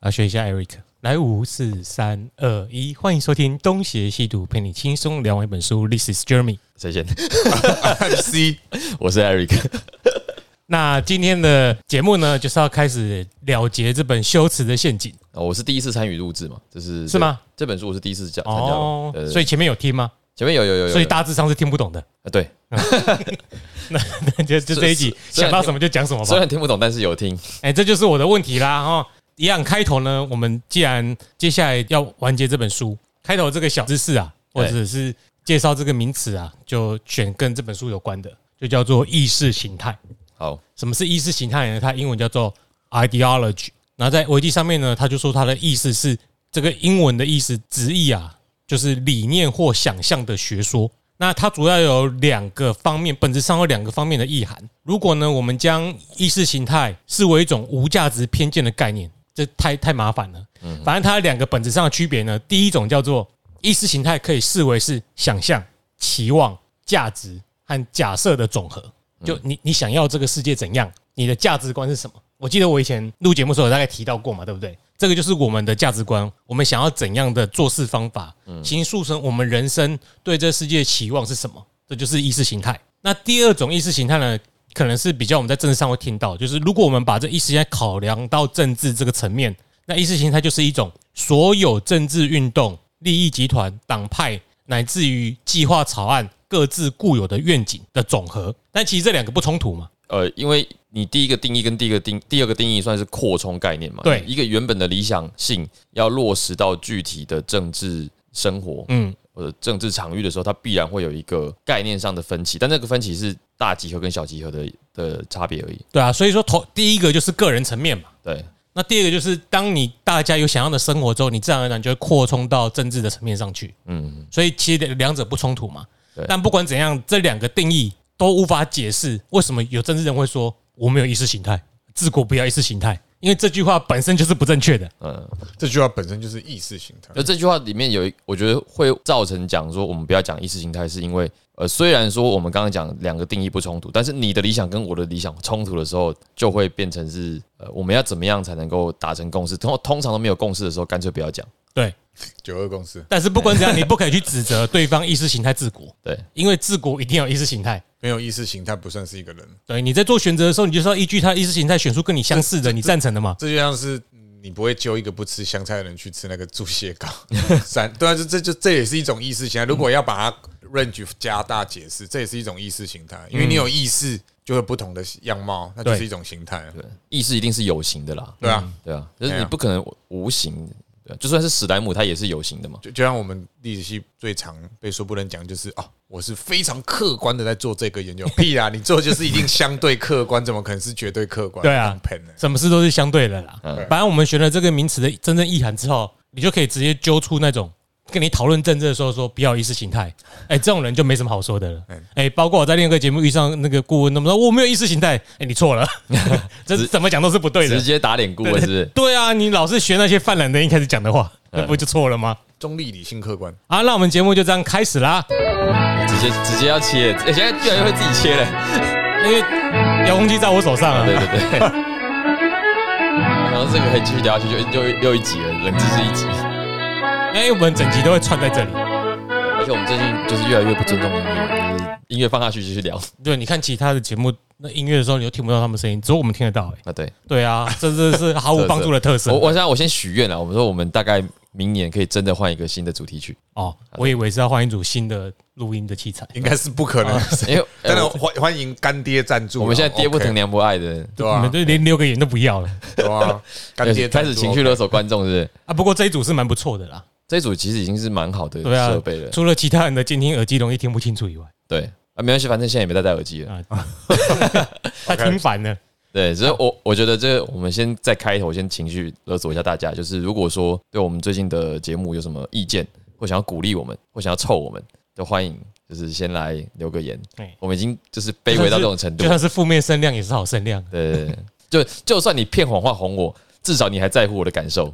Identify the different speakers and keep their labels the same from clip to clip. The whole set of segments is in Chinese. Speaker 1: 啊，选一下 Eric，来五四三二一，欢迎收听《东邪西毒》，陪你轻松聊完一本书。This is Jeremy。
Speaker 2: 谁先 ？C，我是 Eric。
Speaker 1: 那今天的节目呢，就是要开始了结这本《修辞的陷阱
Speaker 2: 哦我是第一次参与录制嘛，就是
Speaker 1: 是吗？
Speaker 2: 这本书我是第一次加》参加
Speaker 1: 哦
Speaker 2: 的，对对，对
Speaker 1: 所以前面有听吗？
Speaker 2: 前面有有有有，
Speaker 1: 所以大致上是听不懂的。
Speaker 2: 啊对，
Speaker 1: 那就就这一集
Speaker 2: 虽
Speaker 1: 想
Speaker 2: 然
Speaker 1: 到什么就讲什么吧
Speaker 2: 虽。然听不懂，但是有听。
Speaker 1: 哎、这就是我的问题啦哈。一样开头呢，我们既然接下来要完结这本书，开头这个小知识啊，或者是介绍这个名词啊，就选跟这本书有关的，就叫做意识形态。
Speaker 2: 好，
Speaker 1: 什么是意识形态呢？它英文叫做 ideology。然后在维基上面呢，他就说它的意思是这个英文的意思直译啊，就是理念或想象的学说。那它主要有两个方面，本质上有两个方面的意涵。如果呢，我们将意识形态视为一种无价值偏见的概念，这太太麻烦了。反正它有两个本质上的区别呢，第一种叫做意识形态，可以视为是想象、期望、价值和假设的总和。就你你想要这个世界怎样，你的价值观是什么？我记得我以前录节目的时候有大概提到过嘛，对不对？这个就是我们的价值观，我们想要怎样的做事方法，形塑成我们人生对这世界期望是什么？这就是意识形态。那第二种意识形态呢，可能是比较我们在政治上会听到，就是如果我们把这意识形态考量到政治这个层面，那意识形态就是一种所有政治运动、利益集团、党派乃至于计划草案各自固有的愿景的总和。但其实这两个不冲突嘛，
Speaker 2: 呃，因为你第一个定义跟第一个定第二个定义算是扩充概念嘛，
Speaker 1: 对
Speaker 2: 一个原本的理想性要落实到具体的政治生活，
Speaker 1: 嗯，
Speaker 2: 或者政治场域的时候，它必然会有一个概念上的分歧，但那个分歧是大集合跟小集合的的差别而已。
Speaker 1: 对啊。所以说头第一个就是个人层面嘛，
Speaker 2: 对，
Speaker 1: 那第二个就是当你大家有想要的生活之后，你自然而然就会扩充到政治的层面上去。
Speaker 2: 嗯，
Speaker 1: 所以其实两者不冲突嘛
Speaker 2: 对。
Speaker 1: 但不管怎样，这两个定义都无法解释为什么有政治人会说我没有意识形态，治国不要意识形态，因为这句话本身就是不正确的。
Speaker 2: 嗯，
Speaker 3: 这句话本身就是意识形态
Speaker 1: 呃
Speaker 2: 那。这句话里面有一，我觉得会造成讲说我们不要讲意识形态，是因为呃，虽然说我们刚刚讲两个定义不冲突，但是你的理想跟我的理想冲突的时候，就会变成是呃，我们要怎么样才能够达成共识？通通常都没有共识的时候，干脆不要讲。
Speaker 1: 对，
Speaker 3: 九二共识，
Speaker 1: 但是不管怎样，你不可以去指责对方意识形态治国，
Speaker 2: 对，
Speaker 1: 因为治国一定要有意识形态。
Speaker 3: 没有意识形态不算是一个人。
Speaker 1: 对，你在做选择的时候，你就是要依据他的意识形态选出跟你相似的，你赞成的嘛？
Speaker 3: 这就像是嗯你不会揪一个不吃香菜的人去吃那个猪血糕， 三对啊，这这就这也是一种意识
Speaker 1: 嗯
Speaker 3: 形态。如果要把它 range 加大解释，这也是一种意识形态，因为你有意识就会有不同的样
Speaker 1: 嗯
Speaker 3: 貌，那就是一种形态。
Speaker 2: 对，意识一定是有形的啦。
Speaker 3: 对啊，
Speaker 2: 对啊，就是
Speaker 3: 对
Speaker 2: 你
Speaker 3: 啊
Speaker 2: 不可能无形。对啊，就算是史莱姆，它也是有形的嘛。
Speaker 3: 就就像我们历史系最常被说不能讲，就是哦，我是非常客观的在做这个 研究。屁啊，你做的就是一定相对客观，怎么可能是绝对客观？
Speaker 1: 对啊
Speaker 3: 放屁呢
Speaker 1: 什么事都是相对的啦。
Speaker 2: 嗯
Speaker 1: 反正我们学了这个名词的真正意涵之后，你就可以直接揪出那种跟你讨论政治的时候说不要有意识形态，哎，这种人就没什么好说的了。哎，包括我在另一个节目遇上那个顾问，他们说我没有意识形态，哎，你错了，这怎么讲都是不对
Speaker 2: 直
Speaker 1: 的。
Speaker 2: 接打脸顾问是不是？
Speaker 1: 对啊，你老是学那些犯懒的一开始讲的话，那不就错了吗？
Speaker 3: 中立、理性、客观。
Speaker 1: 好，那我们节目就这样开始啦。
Speaker 2: 直接直接要切，哎，现在居然会自己切嘞！
Speaker 1: 因为遥控器在我手上啊
Speaker 2: 对，对对。 然后这个可以继续聊下去，就又又一集了，冷知识一集。
Speaker 1: 哎，我们整集都会串在这里。
Speaker 2: 而且我们最近就是越来越不尊重音乐，就是音乐放下去继续聊。
Speaker 1: 对，你看其他的节目，那音乐的时候你又听不到他们声音，只有我们听得到。哎，
Speaker 2: 啊，对，
Speaker 1: 对啊，这这是毫无帮助的特色
Speaker 2: 我。我现在我先许愿了，我们说我们大概明年可以真的换一个新的主题曲，
Speaker 1: 哦，我以为是要换一组新的录音的器 材。
Speaker 3: 应该是不可能。
Speaker 1: 哦
Speaker 2: 因为 呃
Speaker 3: 当然
Speaker 2: 我
Speaker 3: 欢欢迎干爹赞助啊。
Speaker 2: 我们现在爹不疼
Speaker 3: OK，
Speaker 2: 娘不爱的，
Speaker 3: 对
Speaker 1: 你
Speaker 3: 啊
Speaker 1: 们，就连留个言都不要了
Speaker 3: 对 啊，干爹
Speaker 2: 开
Speaker 3: 赞
Speaker 2: 始
Speaker 3: 助
Speaker 2: 情绪
Speaker 3: OK
Speaker 2: 勒索观众，是不是？
Speaker 1: 啊！不过这一组是蛮不错的啦，
Speaker 2: 这一组其实已经是蛮好的
Speaker 1: 对啊
Speaker 2: 设备了，，
Speaker 1: 除了其他人的监听耳机容易听不清楚以外，
Speaker 2: 对啊，没关系，反正现在也没戴戴耳机了。
Speaker 1: 啊， 他听烦了。
Speaker 2: 对，所以我我觉得这个我们先在开头先情绪勒索一下大家，就是如果说对我们最近的节目有什么意见，或想要鼓励我们，或想要臭我们，都欢迎，就是先来留个言
Speaker 1: 对。
Speaker 2: 我们已经就是卑微到这种程
Speaker 1: 哎
Speaker 2: 度
Speaker 1: 就，算是负面声量也是好声 量。
Speaker 2: 对对对，就就算你骗谎话哄我，至少你还在乎我的感受。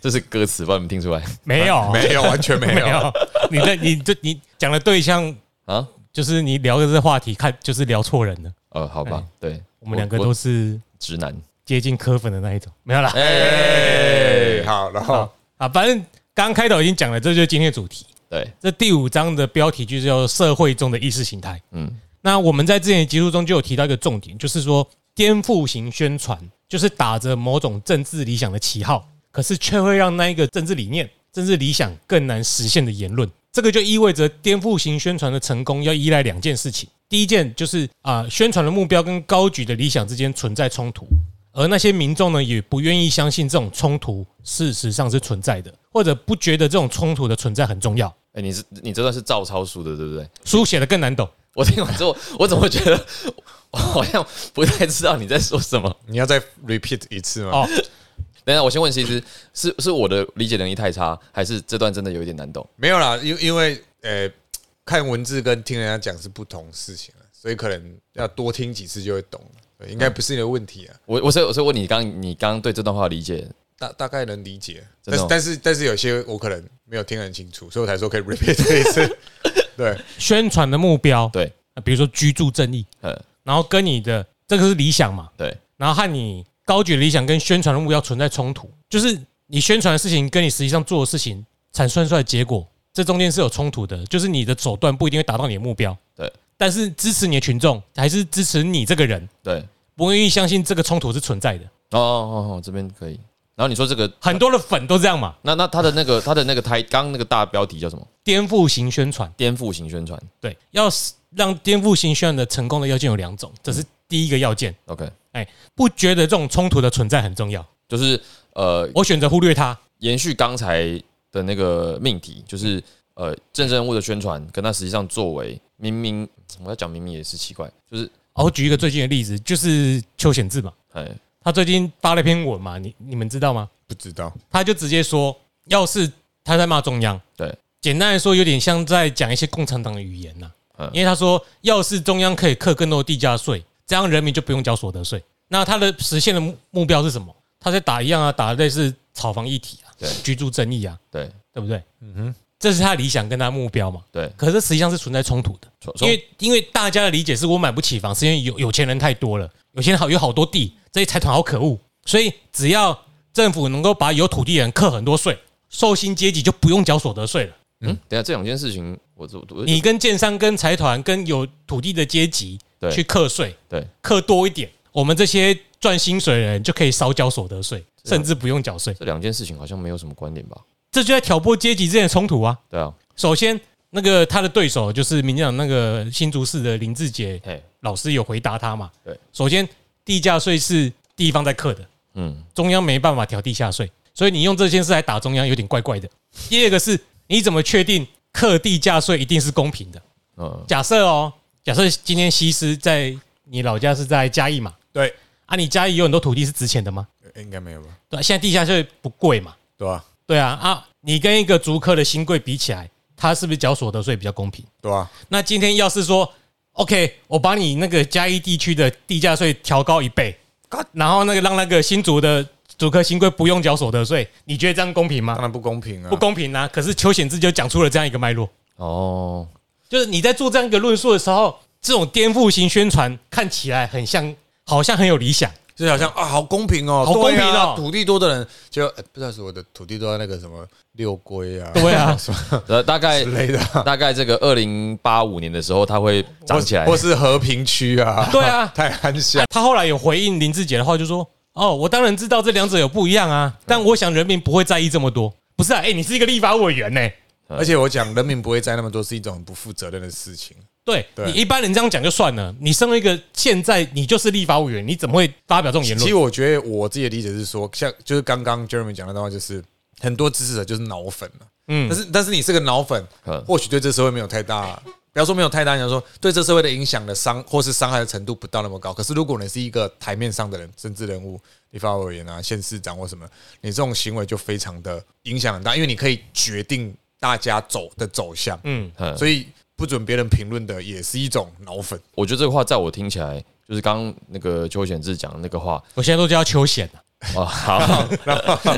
Speaker 2: 这是歌词，帮你们听出来
Speaker 1: 没有，
Speaker 3: 没有，完全没
Speaker 1: 没
Speaker 3: 有。
Speaker 1: 有，你的你这你讲的对象
Speaker 2: 啊？
Speaker 1: 就是你聊的这话题，看就是聊错人了。
Speaker 2: 呃，好吧，对
Speaker 1: 哎我们两个都是
Speaker 2: 直男。
Speaker 1: 接近科粉的那一种，没有啦。
Speaker 2: 哎，
Speaker 3: 好，然后
Speaker 1: 好啊，反正刚刚开头已经讲了，这就是今天的主题。
Speaker 2: 对，
Speaker 1: 这第五章的标题就是叫“社会中的意识形态”。
Speaker 2: 嗯，
Speaker 1: 那我们在之前的集数中就有提到一个重点，就是说颠覆型宣传就是打着某种政治理想的旗号，可是却会让那一个政治理念、政治理想更难实现的言论。这个就意味着颠覆型宣传的成功要依赖两件事情，第一件就是啊、宣传的目标跟高举的理想之间存在冲突。而那些民众呢，也不愿意相信这种冲突事实上是存在的，或者不觉得这种冲突的存在很重要。
Speaker 2: 哎、你是你这段是照抄书的，对不对？
Speaker 1: 书写的更难懂，
Speaker 2: 我听完之后，我怎么觉得我好像不太知道你在说什么？
Speaker 3: 你要再 repeat 一次吗？
Speaker 1: 哦
Speaker 2: 等一下，我先问，其实是是我的理解能力太差，还是这段真的有一点难懂？
Speaker 3: 没有啦，因因为呃，看文字跟听人家讲是不同事情了，所以可能要多听几次就会懂了。对应该不是你的问题啊，
Speaker 2: 我我所以我所以问你刚你刚刚对这段话的理解，
Speaker 3: 大大概能理解，
Speaker 2: 真
Speaker 3: 但
Speaker 2: 的
Speaker 3: 是
Speaker 2: 哦
Speaker 3: 但是但是有些我可能没有听得很清楚，所以我才说可以 repeat 一 次。对，
Speaker 1: 宣传的目标，
Speaker 2: 对，
Speaker 1: 呃比如说居住正义，
Speaker 2: 嗯，
Speaker 1: 然后跟你的这个是理想嘛，
Speaker 2: 对，
Speaker 1: 然后和你高举的理想跟宣传的目标存在冲突，就是你宣传的事情跟你实际上做的事情产生出来的结果，这中间是有冲突的，就是你的手段不一定会达到你的目标，
Speaker 2: 对，
Speaker 1: 但是支持你的群众还是支持你这个人，
Speaker 2: 对，
Speaker 1: 不愿意相信这个冲突是存在的，
Speaker 2: 哦哦哦，这边可以。然后你说这个
Speaker 1: 很多的粉都这样嘛，
Speaker 2: 那那他的那个他的那个台刚刚那个大标题叫什么？
Speaker 1: 颠覆型宣传。
Speaker 2: 颠覆型宣传。
Speaker 1: 对，要是让颠覆型宣传的成功的要件有两种，这是第一个要件。哎
Speaker 2: OK，
Speaker 1: 不觉得这种冲突的存在很重要，
Speaker 2: 就是呃，
Speaker 1: 我选择忽略它。
Speaker 2: 延续刚才的那个命题，就是呃，政治人物的宣传跟他实际上作为，明明我要讲明明也是奇怪，就是
Speaker 1: 哦，我举一个最近的例子，就是邱显志嘛，
Speaker 2: 哎，
Speaker 1: 他最近发了一篇文嘛，你你们知道吗？
Speaker 3: 不知道，
Speaker 1: 他就直接说，要是他在骂中央，
Speaker 2: 对，
Speaker 1: 简单来说，有点像在讲一些共产党的语言呐、
Speaker 2: 嗯
Speaker 1: 因为他说，要是中央可以课更多的地价税，这样人民就不用交所得税。那他的实现的目目标是什么？他在打一样啊，打类似炒房议题啊
Speaker 2: 对，
Speaker 1: 居住争议啊，
Speaker 2: 对
Speaker 1: 对不对？
Speaker 3: 嗯哼，
Speaker 1: 这是他的理想跟他的目标嘛。
Speaker 2: 对，
Speaker 1: 可是实际上是存在冲突的，
Speaker 2: 从
Speaker 1: 因为因为大家的理解是我买不起房，是因为有有钱人太多了，有钱人好有好多地，这些财团好可恶，所以只要政府能够把有土地的人课很多税，受薪阶级就不用缴所得税了。
Speaker 2: 嗯，等一下这两件事情，我我我
Speaker 1: 你跟建商、跟财团、跟有土地的阶级
Speaker 2: 对
Speaker 1: 去课税，
Speaker 2: 对
Speaker 1: 课多一点，我们这些赚薪水的人就可以少缴所得税，
Speaker 2: 这样
Speaker 1: 甚至不用缴税。
Speaker 2: 这两件事情好像没有什么关联吧？
Speaker 1: 这就在挑拨阶级之间的冲突啊！
Speaker 2: 对啊，
Speaker 1: 首先，那个他的对手就是民进党那个新竹市的林志杰
Speaker 2: 嘿，
Speaker 1: 老师有回答他嘛？
Speaker 2: 对，
Speaker 1: 首先地价税是地方在课的，
Speaker 2: 嗯，
Speaker 1: 中央没办法调地下税，所以你用这件事来打中央有点怪怪的。第二个是，你怎么确定课地价税一定是公平的？
Speaker 2: 嗯，
Speaker 1: 假设哦，假设今天西施在你老家是在嘉义嘛？
Speaker 3: 对，
Speaker 1: 啊，你嘉义有很多土地是值钱的吗？
Speaker 3: 应该没有吧？
Speaker 1: 对啊、现在地下税不贵嘛？
Speaker 3: 对啊，
Speaker 1: 对啊，啊，你跟一个竹科的新贵比起来，他是不是缴所得税比较公平？
Speaker 3: 对啊，
Speaker 1: 那今天要是说，OK，我把你那个嘉义地区的地价税调高一倍，然后那个让那个新竹的竹科新贵不用缴所得税，你觉得这样公平
Speaker 3: 当
Speaker 1: 吗？
Speaker 3: 然不公平啊，
Speaker 1: 不公平啊！可是邱显志就讲出了这样一个脉络，
Speaker 2: 哦，
Speaker 1: 就是你在做这样一个论述的时候，这种颠覆型宣传看起来很像，好像很有理想，
Speaker 3: 就是好像啊，好公平哦，
Speaker 1: 嗯好公平哦
Speaker 3: 对啊土地多的人就、呃不知道是我的土地都在那个什么六龟啊，
Speaker 1: 对啊
Speaker 3: 什么
Speaker 2: 呃，大概
Speaker 3: 之类的啊，
Speaker 2: 大概这个二零八五年的时候，它会涨起来
Speaker 3: 或，是和平区啊，
Speaker 1: 对啊
Speaker 3: 太安详，
Speaker 1: 他后来有回应林志杰的话，就说：“哦，我当然知道这两者有不一样啊，但我想人民不会在意这么多。不是啊，哎、你是一个立法委员呢、欸
Speaker 3: 而且我讲人民不会栽那么多是一种很不负责任的事情，
Speaker 1: 对
Speaker 3: 对
Speaker 1: 你一般人这样讲就算了，你身为一个现在你就是立法委员，你怎么会发表这种言
Speaker 3: 其实
Speaker 1: 论？
Speaker 3: 我觉得我自己的理解是说，像就是刚刚 Jeremy 讲的那段话，就是很多支持者就是脑粉了、
Speaker 1: 嗯
Speaker 3: 但是但是你是个脑粉
Speaker 2: 嗯，
Speaker 3: 或许对这社会没有太大，不要说没有太大影响，说对这社会的影响的伤或是伤害的程度不到那么高。可是如果你是一个台面上的人，政治人物、立法委员啊、县市长或什么，你这种行为就非常的影响很大，因为你可以决定大家走的走向，
Speaker 1: 嗯，
Speaker 2: 嗯，
Speaker 3: 所以不准别人评论的也是一种脑粉。
Speaker 2: 我觉得这个话在我听起来，就是刚刚那个邱显志讲的那个话，
Speaker 1: 我现在都叫邱显了。
Speaker 2: 哦，好，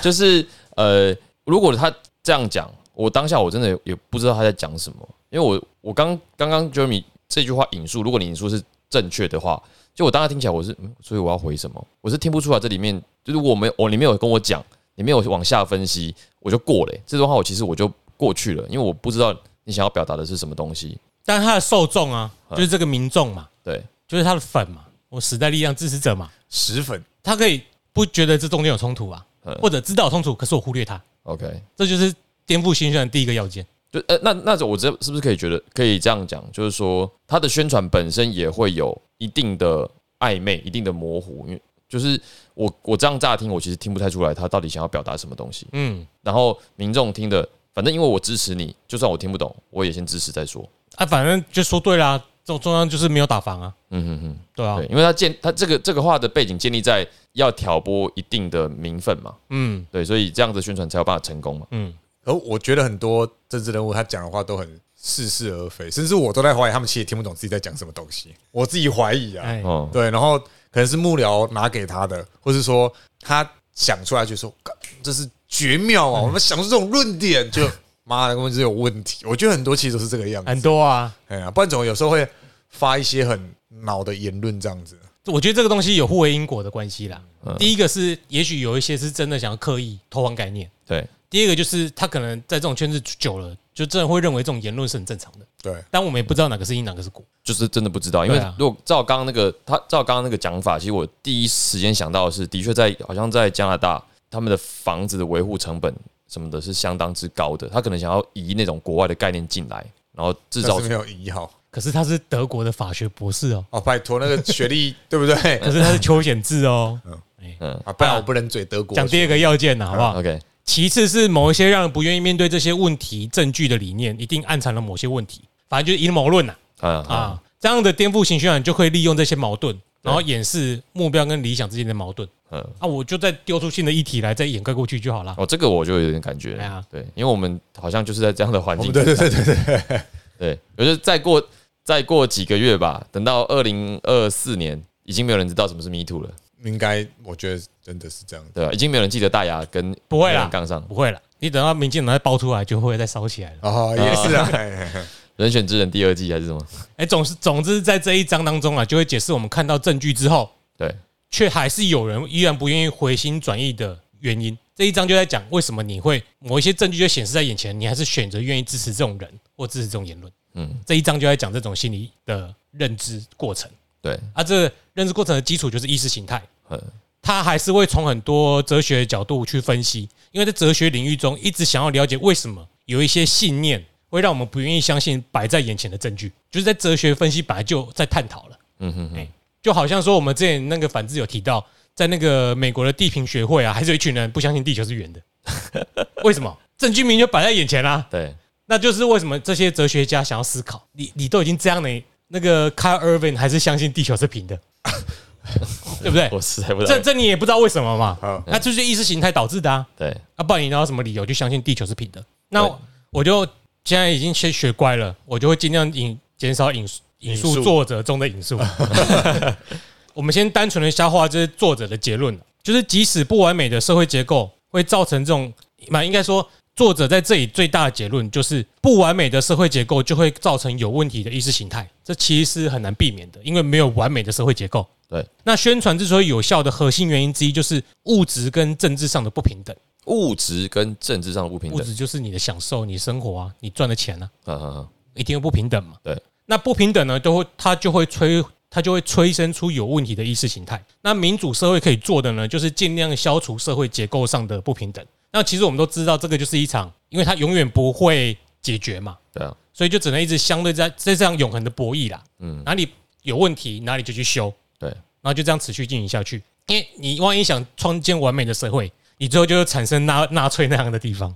Speaker 2: 就是呃，如果他这样讲，我当下我真的也不知道他在讲什么，因为我我刚刚刚 Jeremy 这句话引述，如果你引述是正确的话，就我当下听起来我是，嗯，所以我要回什么？我是听不出来这里面，就是我没有我你没有跟我讲你没有往下分析，我就过了、欸这段话我其实我就过去了，因为我不知道你想要表达的是什么东西。
Speaker 1: 但是他的受众啊，就是这个民众嘛，
Speaker 2: 对，
Speaker 1: 就是他的粉嘛，我时代力量支持者嘛，
Speaker 3: 十粉
Speaker 1: 他可以不觉得这中间有冲突啊，
Speaker 2: 嗯
Speaker 1: 或者知道有冲突，可是我忽略他，
Speaker 2: ，OK，
Speaker 1: 这就是颠覆新宣的第一个要件。
Speaker 2: 就呃，那那我这是不是可以觉得可以这样讲？就是说，它的宣传本身也会有一定的暧昧、一定的模糊，因为就是我我这样乍听，我其实听不太出来他到底想要表达什么东西。
Speaker 1: 嗯，
Speaker 2: 然后民众听的，反正因为我支持你，就算我听不懂，我也先支持再说。
Speaker 1: 啊，反正就说对啦，中中央就是没有打防啊，
Speaker 2: 嗯哼哼，
Speaker 1: 对啊
Speaker 2: 对，，因为他建他这个这个话的背景建立在要挑拨一定的民愤嘛，
Speaker 1: 嗯
Speaker 2: 对，所以这样的宣传才有办法成功嘛。
Speaker 1: 嗯，
Speaker 3: 而我觉得很多政治人物他讲的话都很似是而非，甚至我都在怀疑他们其实也听不懂自己在讲什么东西，我自己怀疑啊。
Speaker 1: 哎，
Speaker 2: 哦，
Speaker 3: 对，然后可能是幕僚拿给他的，或是说他想出来就说干这是绝妙
Speaker 1: 嗯
Speaker 3: 啊，我们想出这种论点就妈的根本就有问题。我觉得很多其实都是这个样
Speaker 1: 很
Speaker 3: 子，
Speaker 1: 多啊，
Speaker 3: 哎呀，不然总有时候会发一些很脑的言论这样子。
Speaker 1: 我觉得这个东西有互为因果的关系啦
Speaker 2: 嗯。
Speaker 1: 第一个是，也许有一些是真的想要刻意偷换概念；
Speaker 2: 对，
Speaker 1: 第二个就是他可能在这种圈子久了，就真的会认为这种言论是很正常的。
Speaker 3: 对，
Speaker 1: 但我们也不知道哪个是因，哪个是果。
Speaker 2: 就是真的不知道，因为
Speaker 1: 对啊
Speaker 2: 如果照刚刚那个他照刚刚那个讲法，其实我第一时间想到的是，的确在好像在加拿大，他们的房子的维护成本什么的是相当之高的，他可能想要移那种国外的概念进来，然后制造
Speaker 3: 但是没有一号
Speaker 1: 可是他是德国的法学博士哦，
Speaker 3: 哦，拜托那个 学历对不对？
Speaker 1: 可是他是邱显志哦。
Speaker 3: 啊，不然我不能嘴德国
Speaker 1: 讲第二个要件啊呢，好不好？
Speaker 2: OK
Speaker 1: 其次是某一些让人不愿意面对这些问题证据的理念，一定暗藏了某些问题，反正就是阴谋论呐
Speaker 2: 啊啊，
Speaker 1: 啊。这样的颠覆型宣传就可以利用这些矛盾，然后掩饰目标跟理想之间的矛盾
Speaker 2: 嗯，
Speaker 1: 啊。我就再丢出新的议题来，再掩盖过去就好了。
Speaker 2: 哦，这个我就有点感觉
Speaker 1: 对啊，
Speaker 2: 对，因为我们好像就是在这样的环
Speaker 3: 我
Speaker 2: 境
Speaker 3: 哦们，对对对对对，
Speaker 2: 对，我觉得再过再过几个月吧，等到二零二四年，已经没有人知道什么是 Me Too 了，
Speaker 3: 应该我觉得真的是这样子。
Speaker 2: 对吧、已经没有人记得大牙跟
Speaker 1: 不会啦
Speaker 2: 黑人杠上，
Speaker 1: 不会了，你等到民进党再爆出来，就会再烧起来了。
Speaker 3: 哦，也是啊，嘿嘿 嘿
Speaker 2: 人选之人第二季还是什么？
Speaker 1: 哎，总是总之在这一章当中啊，就会解释我们看到证据之后，
Speaker 2: 对，
Speaker 1: 却还是有人依然不愿意回心转意的原因。这一章就在讲为什么你会某一些证据就显示在眼前，你还是选择愿意支持这种人或支持这种言论。
Speaker 2: 嗯，
Speaker 1: 这一章就在讲这种心理的认知过程，
Speaker 2: 对，
Speaker 1: 啊，这个认知过程的基础就是意识形态，
Speaker 2: 嗯。
Speaker 1: 它还是会从很多哲学的角度去分析，因为在哲学领域中一直想要了解为什么有一些信念会让我们不愿意相信摆在眼前的证据，就是在哲学分析本来就在探讨了。哎
Speaker 2: 嗯哼哼，
Speaker 1: 就好像说我们之前那个反制有提到，在那个美国的地平学会啊，还是有一群人不相信地球是圆的， 为什么？证据明明就摆在眼前啦、啊
Speaker 2: 对，
Speaker 1: 那就是为什么这些哲学家想要思考，你你都已经这样了，那个 Carl Irvin 还是相信地球是平的，对不对？
Speaker 2: 我啊实在不知
Speaker 1: 这
Speaker 2: 道。
Speaker 1: 这你也不知道为什么嘛，
Speaker 3: 好，
Speaker 1: 那就是意识形态导致的啊，
Speaker 2: 对，
Speaker 1: 啊，不然你拿到什么理由去相信地球是平的？那
Speaker 2: 对
Speaker 1: 我我就现在已经先学乖了，我就会尽量引减少引述引
Speaker 3: 引
Speaker 1: 述
Speaker 3: 述
Speaker 1: 作者中的引述。 我们先单纯的消化这些作者的结论，就是即使不完美的社会结构会造成这种，那应该说作者在这里最大的结论就是不完美的社会结构就会造成有问题的意识形态，这其实是很难避免的，因为没有完美的社会结构。
Speaker 2: 对，
Speaker 1: 那宣传之所以有效的核心原因之一就是物质跟政治上的不平等。
Speaker 2: 物质跟政治上的不平
Speaker 1: 物
Speaker 2: 等，
Speaker 1: 质就是你的享受、你生活啊、你赚的钱啊，
Speaker 2: 嗯嗯嗯，
Speaker 1: 一定会不平等嘛。
Speaker 2: 对，
Speaker 1: 那不平等呢，都会它就会催它就会催生出有问题的意识形态。那民主社会可以做的呢，就是尽量消除社会结构上的不平等。那其实我们都知道，这个就是一场，因为它永远不会解决嘛，
Speaker 2: 对啊，
Speaker 1: 所以就只能一直相对在在这样永恒的博弈啦。
Speaker 2: 嗯，
Speaker 1: 哪里有问题，哪里就去修，
Speaker 2: 对
Speaker 1: 然后就这样持续进行下去。因为你万一想创建完美的社会，你最后就会产生纳纳粹那样的地方。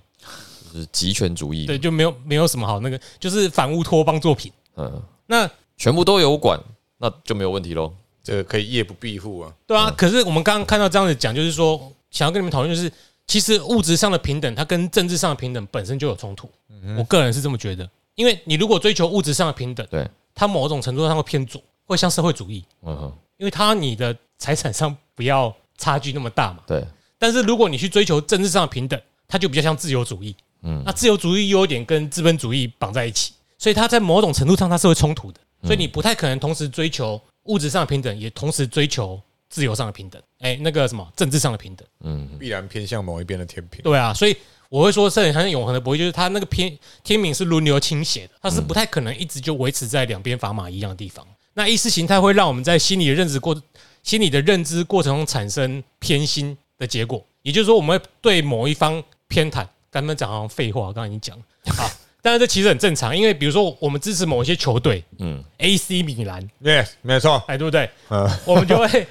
Speaker 2: 就是集权主义，
Speaker 1: 对，就没有没有什么好那个，就是反乌托邦作品。
Speaker 2: 嗯，
Speaker 1: 那
Speaker 2: 全部都有管，那就没有问题喽。
Speaker 3: 这个可以夜不闭户啊。
Speaker 1: 对啊，可是我们刚刚看到这样子讲，就是说想要跟你们讨论，就是其实物质上的平等，它跟政治上的平等本身就有冲突。我个人是这么觉得，因为你如果追求物质上的平等，
Speaker 2: 对，
Speaker 1: 它某种程度上会偏左，会像社会主义，
Speaker 2: 嗯哼，
Speaker 1: 因为它你的财产上不要差距那么大嘛。
Speaker 2: 对，
Speaker 1: 但是如果你去追求政治上的平等，它就比较像自由主义。
Speaker 2: 嗯
Speaker 1: 那自由主义优点跟资本主义绑在一起，所以它在某种程度上它是会冲突的。所以你不太可能同时追求物质上的平等，也同时追求自由上的平等，哎、那个什么政治上的平等，
Speaker 2: 嗯，
Speaker 3: 必然偏向某一边的天平。
Speaker 1: 对啊，所以我会说，圣人和永恒的博弈就是他那个偏天命是轮流倾斜的，它是不太可能一直就维持在两边砝码一样的地方。那意识形态会让我们在心理的认知过心理的认知过程中产生偏心的结果，也就是说，我们会对某一方偏袒。刚刚讲好像废话，刚刚已经讲了啊，但是这其实很正常，因为比如说我们支持某一些球队，嗯
Speaker 2: 嗯
Speaker 1: ，AC 米兰，
Speaker 3: Yes，没错。
Speaker 1: 哎，对不对？
Speaker 3: 嗯
Speaker 1: 我们就会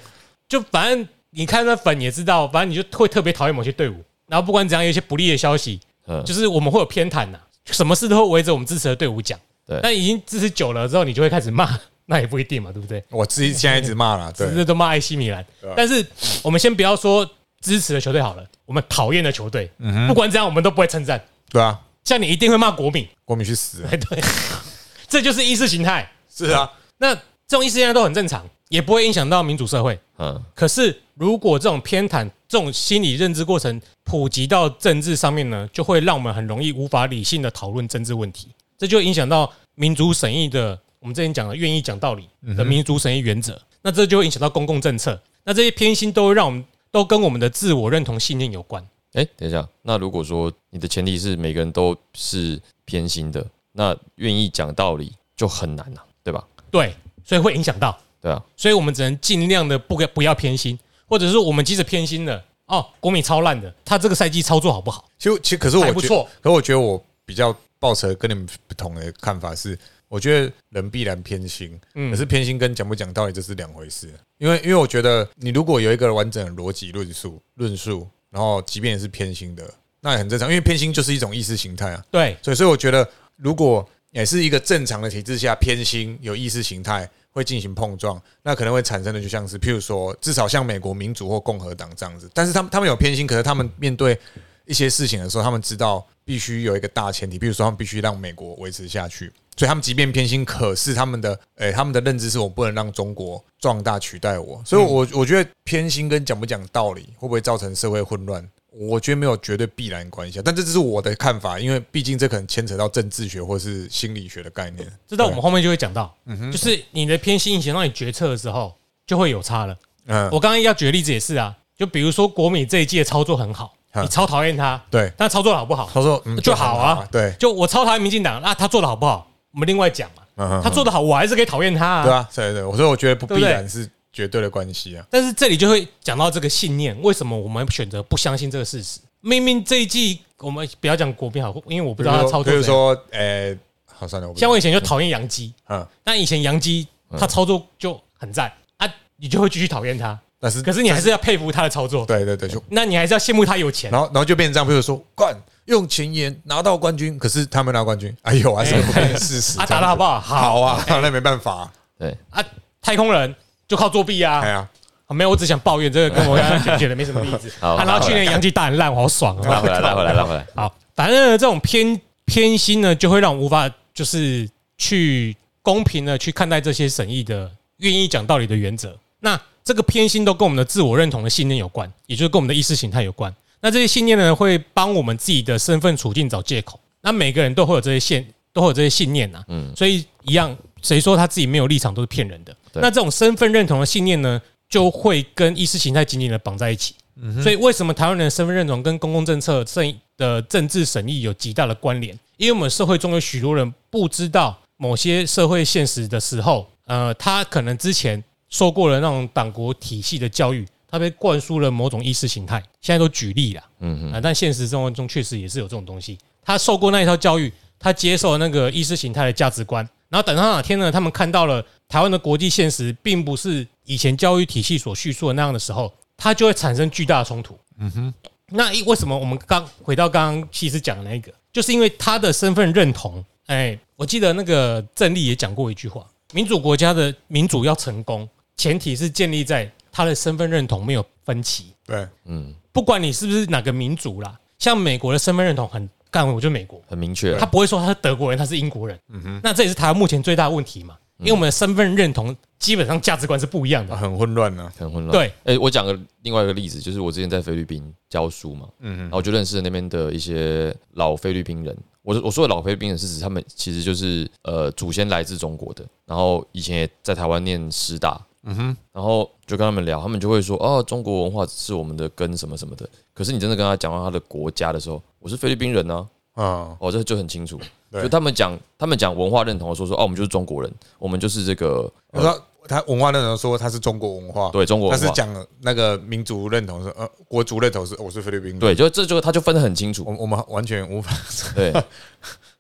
Speaker 1: 就反正你看那粉也知道，反正你就会特别讨厌某些队伍，然后不管怎样，有一些不利的消息，
Speaker 2: 嗯
Speaker 1: 就是我们会有偏袒呐、什么事都会围着我们支持的队伍讲。
Speaker 2: 对
Speaker 1: 但已经支持久了之后，你就会开始骂，那也不一定嘛，对不对？
Speaker 3: 我自己现在一直骂了，
Speaker 1: 只
Speaker 3: 对，
Speaker 1: 是都骂 AC 米兰
Speaker 3: 对啊。
Speaker 1: 但是我们先不要说支持的球队好了，我们讨厌的球队，
Speaker 3: 嗯
Speaker 1: 不管怎样，我们都不会称赞。
Speaker 3: 对啊，
Speaker 1: 像你一定会骂国民，
Speaker 3: 国民去死啊！
Speaker 1: 哎，对， 这就是意识形态。
Speaker 3: 是啊，
Speaker 1: 那这种意识形态都很正常，也不会影响到民主社会。
Speaker 2: 嗯，
Speaker 1: 可是，如果这种偏袒、这种心理认知过程普及到政治上面呢，就会让我们很容易无法理性的讨论政治问题，这就影响到民主审议的我们之前讲的愿意讲道理的民主审议原则。那这就会影响到公共政策，那这些偏心都会让我们都跟我们的自我认同信念有关。
Speaker 2: 哎、等一下，那如果说你的前提是每个人都是偏心的，那愿意讲道理就很难了、啊对吧？
Speaker 1: 对，所以会影响到，
Speaker 2: 对啊，
Speaker 1: 所以我们只能尽量的不给不要偏心，或者是我们即使偏心了，哦，国米超烂的，他这个赛季操作好不好？
Speaker 3: 其实其实可是我
Speaker 1: 还不
Speaker 3: 觉
Speaker 1: 错
Speaker 3: 得，可我觉得我比较抱持跟你们不同的看法是，我觉得人必然偏心，
Speaker 1: 嗯
Speaker 3: 可是偏心跟讲不讲道理这是两回事。因为因为我觉得你如果有一个完整的逻辑论述论述，然后即便是偏心的，那也很正常，因为偏心就是一种意识形态啊。
Speaker 1: 对，
Speaker 3: 所以，所以我觉得，如果也是一个正常的体制下，偏心有意识形态会进行碰撞，那可能会产生的就像是，譬如说，至少像美国民主或共和党这样子，但是他们他们有偏心，可是他们面对一些事情的时候，他们知道必须有一个大前提，比如说他们必须让美国维持下去，所以他们即便偏心，可是他们的诶、他们的认知是我不能让中国壮大取代我，所以我我觉得偏心跟讲不讲道理会不会造成社会混乱，我觉得没有绝对必然关系啊，但这只是我的看法，因为毕竟这可能牵扯到政治学或是心理学的概念。
Speaker 1: 这到我们后面就会讲到，
Speaker 3: 嗯
Speaker 1: 就是你的偏心影响到你决策的时候，就会有差了。
Speaker 3: 嗯，
Speaker 1: 我刚刚要举的例子也是啊，就比如说国米这一届操作很好，
Speaker 3: 嗯
Speaker 1: 你超讨厌他，
Speaker 3: 对，
Speaker 1: 但操作得好不好？
Speaker 3: 他说嗯
Speaker 1: 就好啊
Speaker 3: 对，
Speaker 1: 就我超讨厌民进党，那他做的好不好？我们另外讲嘛。
Speaker 3: 嗯嗯
Speaker 1: 他做的好，我还是可以讨厌他
Speaker 3: 对
Speaker 1: 啊。
Speaker 3: 啊，对对，我说我觉得不
Speaker 1: 对
Speaker 3: 必
Speaker 1: 不对
Speaker 3: 然是绝对的关系啊，
Speaker 1: 但是这里就会讲到这个信念，为什么我们选择不相信这个事实？明明这一季我们不要讲国宾好，因为我不知
Speaker 3: 比如
Speaker 1: 道他
Speaker 3: 说
Speaker 1: 操
Speaker 3: 比
Speaker 1: 作
Speaker 3: 如
Speaker 1: 怎样。
Speaker 3: 说诶，好算了，我不知
Speaker 1: 像
Speaker 3: 道
Speaker 1: 我以前就讨厌杨基，
Speaker 3: 嗯，
Speaker 1: 但以前杨基他操作就很赞啊，你就会继续讨厌他。
Speaker 3: 但是
Speaker 1: 可是你还是要佩服他的操作，
Speaker 3: 嗯对对对，就
Speaker 1: 那你还是要羡慕他有钱。
Speaker 3: 然后然后就变成这样，比如说冠用前言拿到冠军，可是他没拿冠军，哎呦，还是不变事 实。
Speaker 1: 啊，打得好不好？好
Speaker 3: 好啊，那没办法，
Speaker 2: 对，
Speaker 1: 啊，太空人就靠作弊
Speaker 3: 哎
Speaker 1: 啊！
Speaker 3: 呀，
Speaker 1: 啊没有，我只想抱怨这个，跟我刚刚讲解的没什么例 子。
Speaker 2: 好
Speaker 1: 啊然后去年杨基打很烂，我好爽
Speaker 2: 拉
Speaker 1: 啊！
Speaker 2: 回来，拉回来，拉回来。
Speaker 1: 好，反正呢这种偏偏心呢，就会让我无法就是去公平的去看待这些审议的愿意讲道理的原则。那这个偏心都跟我们的自我认同的信念有关，也就是跟我们的意识形态有关。那这些信念呢，会帮我们自己的身份处境找借口。那每个人都会有这些信，都会有这些信念呐、嗯
Speaker 2: 嗯，
Speaker 1: 所以一样，谁说他自己没有立场都是骗人的。
Speaker 2: 对
Speaker 1: 那这种身份认同的信念呢，就会跟意识形态紧紧的绑在一起。所以为什么台湾人的身份认同跟公共政策正的政治审议有极大的关联？因为我们社会中有许多人不知道某些社会现实的时候，呃，他可能之前受过了那种党国体系的教育，他被灌输了某种意识形态。现在都举例啦，
Speaker 2: 嗯
Speaker 1: 啊，但现实生活中确实也是有这种东西。他受过那一套教育，他接受了那个意识形态的价值观，然后等到哪天呢，他们看到了台湾的国际现实并不是以前教育体系所叙述的那样的时候，他就会产生巨大的冲突。嗯哼，那一为什么我们刚回到刚刚西斯讲的那个，就是因为他的身份认同。哎，我记得那个郑丽也讲过一句话：民主国家的民主要成功，前提是建立在他的身份认同没有分歧。
Speaker 3: 对，
Speaker 2: 嗯，
Speaker 1: 不管你是不是哪个民族啦，像美国的身份认同很干，我就美国，
Speaker 2: 很明确
Speaker 1: 他。不会说他是德国人，他是英国人。那这也是台湾目前最大的问题嘛，因为我们的身份认同基本上价值观是不一样的。
Speaker 3: 很混乱呢。
Speaker 2: 很混乱。
Speaker 1: 对，
Speaker 2: 哎、我讲个另外一个例子，就是我之前在菲律宾教书嘛，嗯，然后我就认识了那边的一些老菲律宾人。我我说的老菲律宾人是指他们其实就是呃祖先来自中国的，然后以前也在台湾念师大，嗯哼，然后就跟他们聊，他们就会说哦，中国文化是我们的根什么什么的。可是你真的跟他讲到他的国家的时候，我是菲律宾人啊，
Speaker 3: 啊，
Speaker 2: 哦，这就很清楚。
Speaker 3: 对
Speaker 2: 就他们讲，他们讲文化认同的时候说，哦，我们就是中国人，我们就是这个，
Speaker 3: 我说他文化认同说他是中国文化，
Speaker 2: 对中国
Speaker 3: 他
Speaker 2: 文化
Speaker 3: 是讲那个民族认同是呃国族认同是我是菲律宾人，
Speaker 2: 对，就这就他就分得很清楚
Speaker 3: 我，我们完全无法
Speaker 2: 对。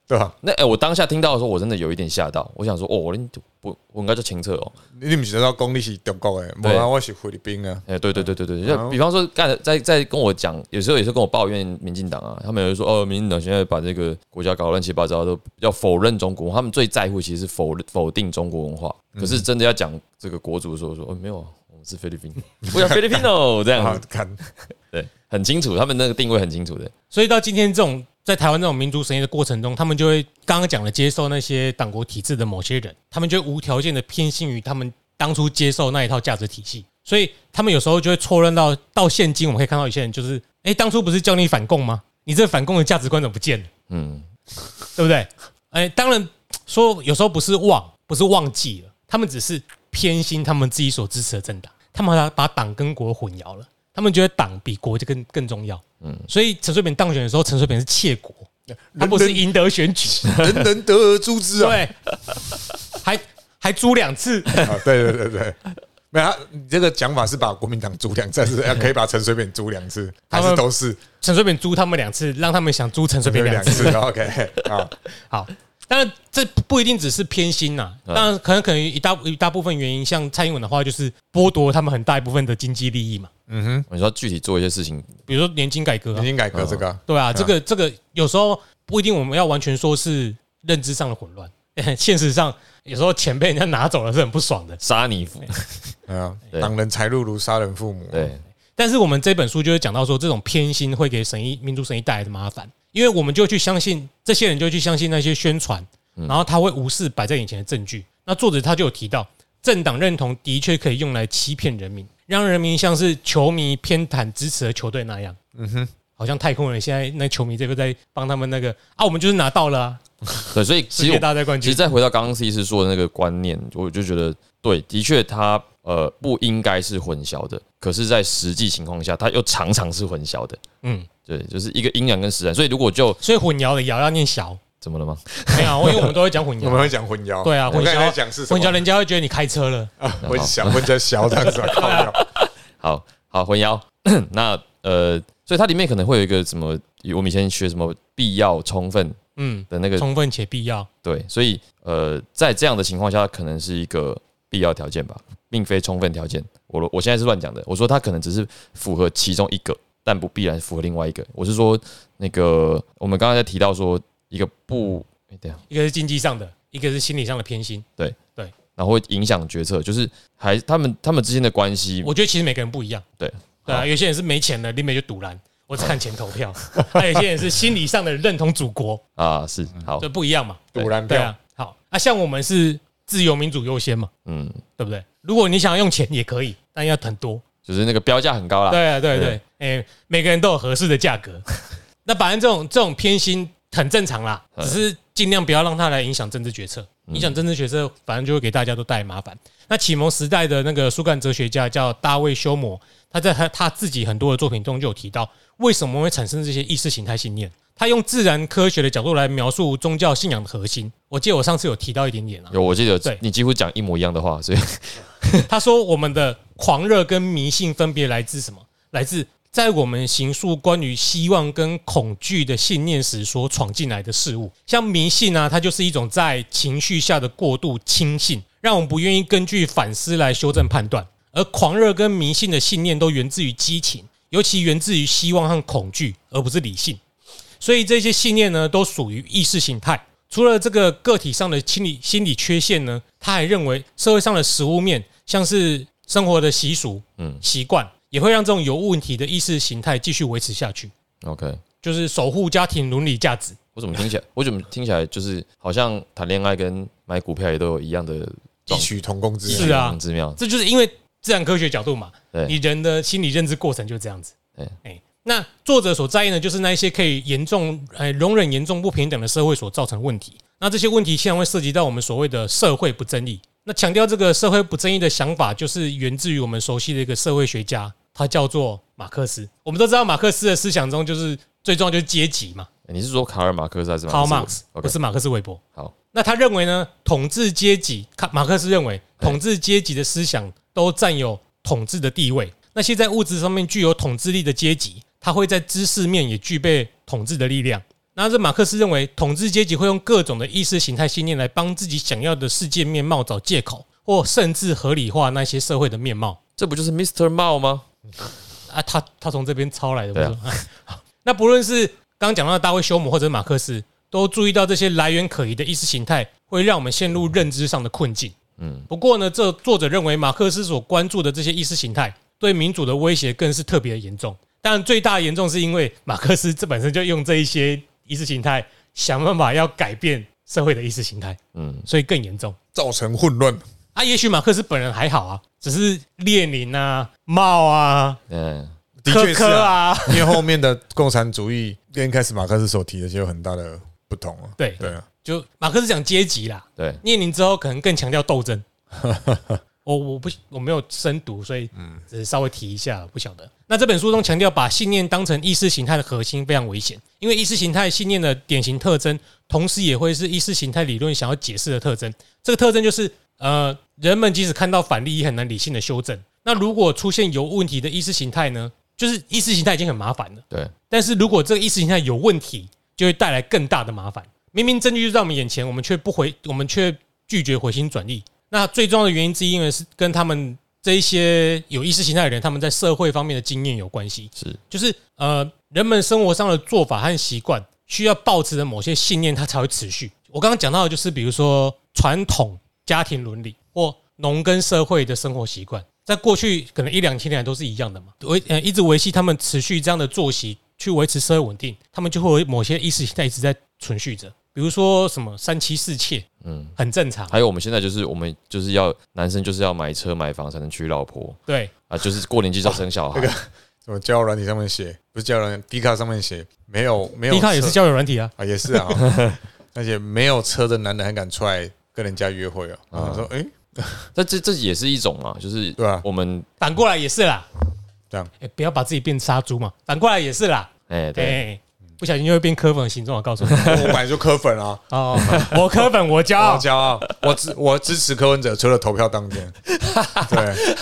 Speaker 3: 对吧？
Speaker 2: 那哎、我当下听到的时候，我真的有一点吓到，我想说，哦，我我我应该叫秦策哦，
Speaker 3: 你你们知道公立是中国的，我
Speaker 2: 对
Speaker 3: 啊我是菲律宾啊，
Speaker 2: 哎、对对对对对，就比方说，干在在跟我讲，有时候也是跟我抱怨民进党啊，他们有人说，哦，民进党现在把这个国家搞乱七八糟，都要否认中国，他们最在乎其实是否否定中国文化，可是真的要讲这个国族的时候，说，哦，没有啊，我们是菲律 宾，我想菲律宾哦，这样
Speaker 3: 啊
Speaker 2: 子，
Speaker 3: 看
Speaker 2: 对，很清楚，他们那个定位很清楚的，
Speaker 1: 所以到今天这种在台湾这种民族审议的过程中，他们就会刚刚讲的接受那些党国体制的某些人，他们就会无条件的偏心于他们当初接受那一套价值体系，所以他们有时候就会错认到到现今，我们可以看到有些人就是，哎、当初不是叫你反共吗？你这反共的价值观怎么不见了？
Speaker 2: 嗯，
Speaker 1: 对不对？哎、当然说有时候不是忘，不是忘记了，他们只是偏心他们自己所支持的政党，他们把把党跟国混淆了，他们觉得党比国就更更重要。嗯，所以陈水扁当选的时候，陈水扁是窃国，他不是赢得选举，
Speaker 3: 人人得而诛之啊！
Speaker 1: 对，还还租两次，
Speaker 3: 啊，对对对对，没有，他你这个讲法是把国民党租两次，还是 可以把陈水扁租两次，还
Speaker 1: 他
Speaker 3: 是
Speaker 1: 们
Speaker 3: 都是
Speaker 1: 陈水扁租他们两次，让他们想租陈水扁两
Speaker 3: 两
Speaker 1: 次。
Speaker 3: 次？OK 啊，
Speaker 1: 好，当然这不一定只是偏心呐、
Speaker 2: 嗯
Speaker 1: 当然可能可能一大一大部分原因，像蔡英文的话，就是剥夺他们很大一部分的经济利益嘛，
Speaker 2: 你说具体做一些事情，
Speaker 1: 比如说年金改革、啊
Speaker 3: 年，金改革这个啊
Speaker 1: 对啊，这个这个有时候不一定我们要完全说是认知上的混乱， 现实上有时候钱被人家拿走了是很不爽的。
Speaker 2: 杀你夫，
Speaker 3: 啊，
Speaker 2: 对
Speaker 3: 挡人财路如杀人父母，
Speaker 2: 对，
Speaker 1: 但是我们这本书就是讲到说，这种偏心会给审议民族审议带来的麻烦，因为我们就去相信这些人就去相信那些宣传，
Speaker 3: 嗯
Speaker 1: 然后他会无视摆在眼前的证据。那作者他就有提到，政党认同的确可以用来欺骗人民，让人民像是球迷偏袒支持的球队那样。嗯哼，好像太空人现在那球迷这个在帮他们那个啊，我们就是拿到了、啊、
Speaker 2: 对，所以
Speaker 1: 世
Speaker 2: 其实
Speaker 1: 界
Speaker 2: 我
Speaker 1: 大赛冠
Speaker 2: 其实
Speaker 1: 军。
Speaker 2: 再回到刚刚 C 是说的那个观念，我就觉得对，的确它呃不应该是混淆的，可是，在实际情况下，它又常常是混淆的。
Speaker 1: 嗯，
Speaker 2: 对，就是一个阴阳跟实然。所以如果就
Speaker 1: 所以混淆的“淆”要念“ 小
Speaker 2: 怎么了吗？”，
Speaker 1: 没有啊，因为我们都会讲混
Speaker 3: 我们
Speaker 1: 淆，
Speaker 3: 会讲混淆，
Speaker 1: 对啊
Speaker 3: 我刚
Speaker 1: 混淆
Speaker 3: 才在讲是什
Speaker 1: 混淆哦
Speaker 3: 么？
Speaker 1: 人家会觉得你开车了。
Speaker 3: 混淆，混淆 小这样子啊，靠腰
Speaker 2: 好好混淆。 那呃，所以它里面可能会有一个什么，我们以前学什么必要充分
Speaker 1: 嗯，
Speaker 2: 的那个
Speaker 1: 充分且必要。
Speaker 2: 对，所以呃，在这样的情况下，可能是一个必要条件吧，并非充分条件。我我现在是乱讲的，我说它可能只是符合其中一个，但不必然符合另外一个。我是说，那个我们刚刚在提到说一个不，哎等一下，
Speaker 1: 一个是经济上的，一个是心理上的偏心。
Speaker 2: 然后会影响决策，就是还他们他们之间的关系，
Speaker 1: 我觉得其实每个人不一样，
Speaker 2: 对
Speaker 1: 对啊，
Speaker 2: 好
Speaker 1: 有些人是没钱了，立美就赌蓝，我只看钱投 票；啊还有一些人是心理上的认同祖国，
Speaker 2: 啊是好
Speaker 1: 对，，不一样嘛，
Speaker 3: 赌蓝
Speaker 1: 对
Speaker 3: 票，
Speaker 1: 啊。好啊，像我们是自由民主优先嘛，
Speaker 2: 嗯，
Speaker 1: 对不对？如果你想用钱也可以，但要很多。
Speaker 2: 就是那个标价很高啦，
Speaker 1: 对啊，对啊对啊，哎，每个人都有合适的价格。 那反正这种这种偏心很正常啦，
Speaker 2: 嗯
Speaker 1: 只是尽量不要让它来影响政治决策。影响政治决策，反正就会给大家都带来麻烦。那启蒙时代的那个苏格兰哲学家叫大卫休谟，他在他他自己很多的作品中就有提到，为什么会产生这些意识形态信念。他用自然科学的角度来描述宗教信仰的核心。我记得我上次有提到一点点啊，
Speaker 2: 有我记得
Speaker 1: 对
Speaker 2: 你几乎讲一模一样的话，所以
Speaker 1: 他说我们的狂热跟迷信分别来自什么？来自在我们行述关于希望跟恐惧的信念时所闯进来的事物。像迷信呢、它就是一种在情绪下的过度轻信，让我们不愿意根据反思来修正判断。而狂热跟迷信的信念都源自于激情，尤其源自于希望和恐惧，而不是理性。所以这些信念呢，都属于意识形态。除了这个个体上的心理心理缺陷呢，他还认为社会上的食物面，像是生活的习俗、
Speaker 2: 嗯
Speaker 1: 嗯习惯，也会让这种有问题的意识形态继续维持下去，
Speaker 2: OK，
Speaker 1: 就是守护家庭伦理价值。
Speaker 2: 我怎么听起来，我怎么听起来就是好像谈恋爱跟买股票也都有一样的
Speaker 3: 异曲同工之
Speaker 1: 是
Speaker 3: 妙。
Speaker 1: 啊
Speaker 2: 很之妙，
Speaker 1: 这就是因为自然科学角度嘛，
Speaker 2: 对
Speaker 1: 你人的心理认知过程就这样子。
Speaker 2: 对
Speaker 1: 哎，那作者所在意呢，就是那一些可以严重呃容忍严重不平等的社会所造成的问题。那这些问题现在会涉及到我们所谓的社会不正义，那强调这个社会不正义的想法，就是源自于我们熟悉的一个社会学家，他叫做马克思。我们都知道马克思的思想中就是最重要就是阶级嘛
Speaker 2: 欸你是说卡尔马克思还是
Speaker 1: ，Karl
Speaker 2: 马克
Speaker 1: Marx
Speaker 2: 思
Speaker 1: 不
Speaker 2: OK，
Speaker 1: 是马克思韦伯。
Speaker 2: 好，
Speaker 1: 那他认为呢，统治阶级，看马克思认为统治阶级的思想都占有统治的地位。那些在物质上面具有统治力的阶级，他会在知识面也具备统治的力量。那这马克思认为，统治阶级会用各种的意识形态信念来帮自己想要的世界面貌找借口，或甚至合理化那些社会的面貌。
Speaker 2: 这不就是 Mr. Mao 吗？
Speaker 1: 啊，他他从这边抄来的。
Speaker 2: 对啊
Speaker 1: 不是吗那不论是刚讲到的大卫休谟或者是马克思，都注意到这些来源可疑的意识形态会让我们陷入认知上的困境。
Speaker 2: 嗯
Speaker 1: 嗯，不过呢，这作者认为马克思所关注的这些意识形态对民主的威胁更是特别的严重。当然，最大的严重是因为马克思这本身就用这一些意识形态想办法要改变社会的意识形态，
Speaker 2: 嗯，
Speaker 1: 所以更严重。
Speaker 3: 造成混乱。
Speaker 1: 啊，也许马克思本人还好啊，只是列宁啊、帽啊、
Speaker 2: 嗯，
Speaker 3: 的
Speaker 1: 科
Speaker 3: 确是
Speaker 1: 科
Speaker 3: 啊，
Speaker 1: 啊，
Speaker 3: 因为后面的共产主义跟一开始马克思所提的就有很大的不同了。
Speaker 1: 对
Speaker 3: 对啊，
Speaker 1: 就马克思讲阶级啦，
Speaker 2: 对，
Speaker 1: 列宁之后可能更强调斗争。我我不我没有深读，所以只是稍微提一下，不晓得。那这本书中强调把信念当成意识形态的核心非常危险，因为意识形态信念的典型特征，同时也会是意识形态理论想要解释的特征。这个特征就是，呃，人们即使看到反例，也很难理性的修正。那如果出现有问题的意识形态呢？就是意识形态已经很麻烦了。
Speaker 2: 对，
Speaker 1: 但是如果这个意识形态有问题，就会带来更大的麻烦。明明证据就在我们眼前，我们却不回，我们却拒绝回心转意。那最重要的原因之一呢，是跟他们这一些有意识形态的人，他们在社会方面的经验有关系。
Speaker 2: 是，
Speaker 1: 就是呃，人们生活上的做法和习惯，需要保持的某些信念，它才会持续。我刚刚讲到的就是，比如说传统家庭伦理或农耕社会的生活习惯，在过去可能一两千年来都是一样的嘛，维呃一直维系他们持续这样的作息，去维持社会稳定，他们就会有某些意识形态一直在存续着，比如说什么三妻四妾，
Speaker 2: 嗯。
Speaker 1: 很正常，啊
Speaker 2: 还有我们现在就是我们就是要男生就是要买车买房才能娶老婆
Speaker 1: 对，
Speaker 2: 啊，就是过年就是要生小孩，
Speaker 3: 什么交友软体上面写，不是交友软体，迪卡上面写没有没有车，
Speaker 1: 迪卡也是交友软体啊，
Speaker 3: 啊，也是啊，而且没有车的男的还敢出来跟人家约会啊？
Speaker 2: 啊
Speaker 3: 我说，哎，
Speaker 2: 但这这也是一种嘛，就是
Speaker 3: 对啊
Speaker 2: 我们
Speaker 1: 反过来也是啦，
Speaker 3: 这样
Speaker 1: 哎，不要把自己变杀猪嘛，反过来也是啦，
Speaker 2: 哎、
Speaker 1: 对，
Speaker 2: 对，
Speaker 1: 不小心就会变科粉的形状。我告诉你，
Speaker 3: 我本来就磕粉啊，
Speaker 1: 哦，我科粉，我骄傲
Speaker 3: 我。骄傲，我支我支持柯文哲，除了投票当天，对，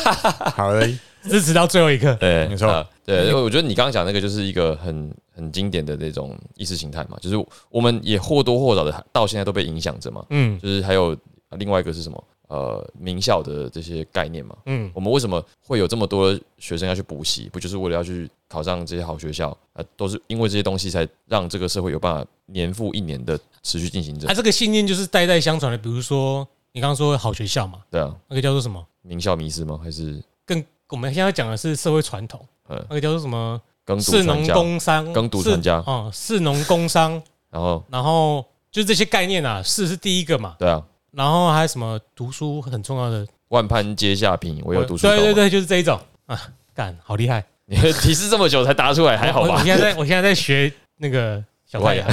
Speaker 3: 好嘞，
Speaker 1: 支持到最后一刻。
Speaker 2: 对，
Speaker 3: 没错
Speaker 2: 啊对，因为我觉得你刚刚讲那个就是一个很很经典的那种意识形态嘛，就是我们也或多或少的到现在都被影响着嘛，
Speaker 1: 嗯
Speaker 2: 就是还有啊另外一个是什么？呃，名校的这些概念嘛，
Speaker 1: 嗯，
Speaker 2: 我们为什么会有这么多学生要去补习？不就是为了要去考上这些好学校？呃，都是因为这些东西才让这个社会有办法年复一年的持续进行着
Speaker 1: 啊，。这个信念就是代代相传的。比如说，你刚刚说好学校嘛，
Speaker 2: 对啊，
Speaker 1: 那个叫做什么？
Speaker 2: 名校迷失吗？还是
Speaker 1: 更我们现在讲的是社会传统，
Speaker 2: 嗯
Speaker 1: 那个叫做什么？
Speaker 2: 耕读
Speaker 1: 士农
Speaker 2: 传家？
Speaker 1: 工商，
Speaker 2: 耕读传家
Speaker 1: 士哦，士农工商，
Speaker 2: 然后
Speaker 1: 然后就是这些概念啊，士是第一个嘛，
Speaker 2: 对啊，
Speaker 1: 然后还有什么读书很重要的，
Speaker 2: 万般皆下品，唯有读书高。
Speaker 1: 嗯对对，对，就是这一种啊，干好厉害，
Speaker 2: 你提示这么久才答出来，还好
Speaker 1: 我我
Speaker 2: 吧？
Speaker 1: 现在在我现在在学那个小太阳，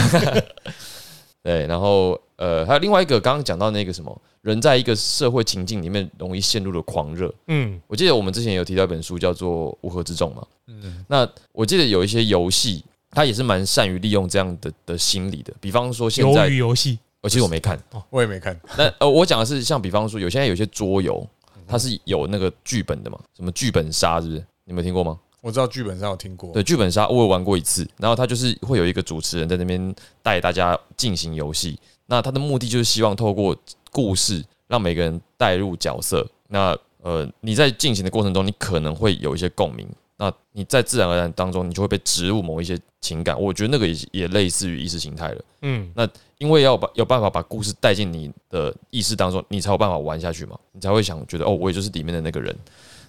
Speaker 2: 对，然后呃，还有另外一个，刚刚讲到那个什么，人在一个社会情境里面容易陷入了狂热。
Speaker 1: 嗯
Speaker 2: 我记得我们之前有提到一本书叫做《乌合之众》嘛，嗯，那我记得有一些游戏，它也是蛮善于利用这样的的心理的。比方说现
Speaker 1: 鱿
Speaker 2: 在，
Speaker 1: 鱼游戏，
Speaker 2: 呃，其实我没看，
Speaker 3: 我也没看，
Speaker 2: 那呃，我讲的是像比方说有现在有些桌游，它是有那个剧本的嘛，什么剧本杀是不是？你们听过吗？
Speaker 3: 我知道剧本上有听过，
Speaker 2: 对，剧本杀我有玩过一次，然后它就是会有一个主持人在那边带大家进行游戏，那他的目的就是希望透过故事让每个人带入角色。那呃，你在进行的过程中，你可能会有一些共鸣，那你在自然而然当中，你就会被植入某一些情感。我觉得那个也也类似于意识形态了，
Speaker 1: 嗯
Speaker 2: 因为要把有办法把故事带进你的意识当中，你才有办法玩下去嘛，你才会想觉得哦，我也就是里面的那个人。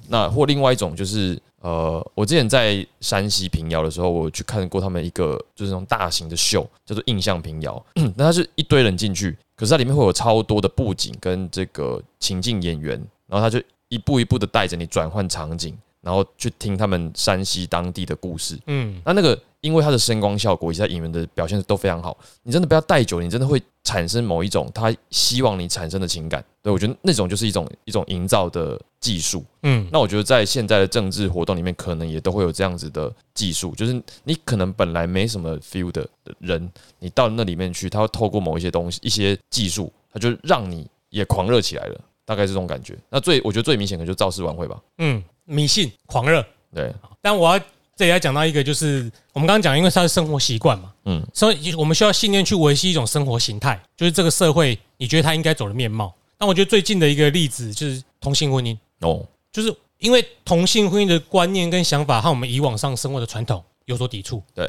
Speaker 2: 那或另外一种就是，呃，我之前在山西平遥的时候，我有去看过他们一个就是那种大型的秀，叫做印象平遥。 那它是一堆人进去，可是它里面会有超多的布景跟这个情境演员，然后他就一步一步的带着你转换场景，然后去听他们山西当地的故事。
Speaker 1: 嗯
Speaker 2: 那那个因为它的声光效果以及它演员的表现都非常好，你真的被它带久了，你真的会产生某一种他希望你产生的情感。对我觉得那种就是一种一种营造的技术。
Speaker 1: 嗯，
Speaker 2: 那我觉得在现在的政治活动里面，可能也都会有这样子的技术，就是你可能本来没什么 feel 的人，你到那里面去，他会透过某一些东西、一些技术，他就让你也狂热起来了，大概是这种感觉。那最我觉得最明显的就是造势晚会吧，
Speaker 1: 嗯，迷信狂热。
Speaker 2: 对，
Speaker 1: 但我要这里要讲到一个，就是我们刚刚讲，因为它是生活习惯嘛，
Speaker 2: 嗯，
Speaker 1: 所以我们需要信念去维系一种生活形态，就是这个社会你觉得它应该走的面貌。但我觉得最近的一个例子就是同性婚姻，
Speaker 2: 哦，
Speaker 1: 就是因为同性婚姻的观念跟想法和我们以往上生活的传统有所抵触。
Speaker 2: 对，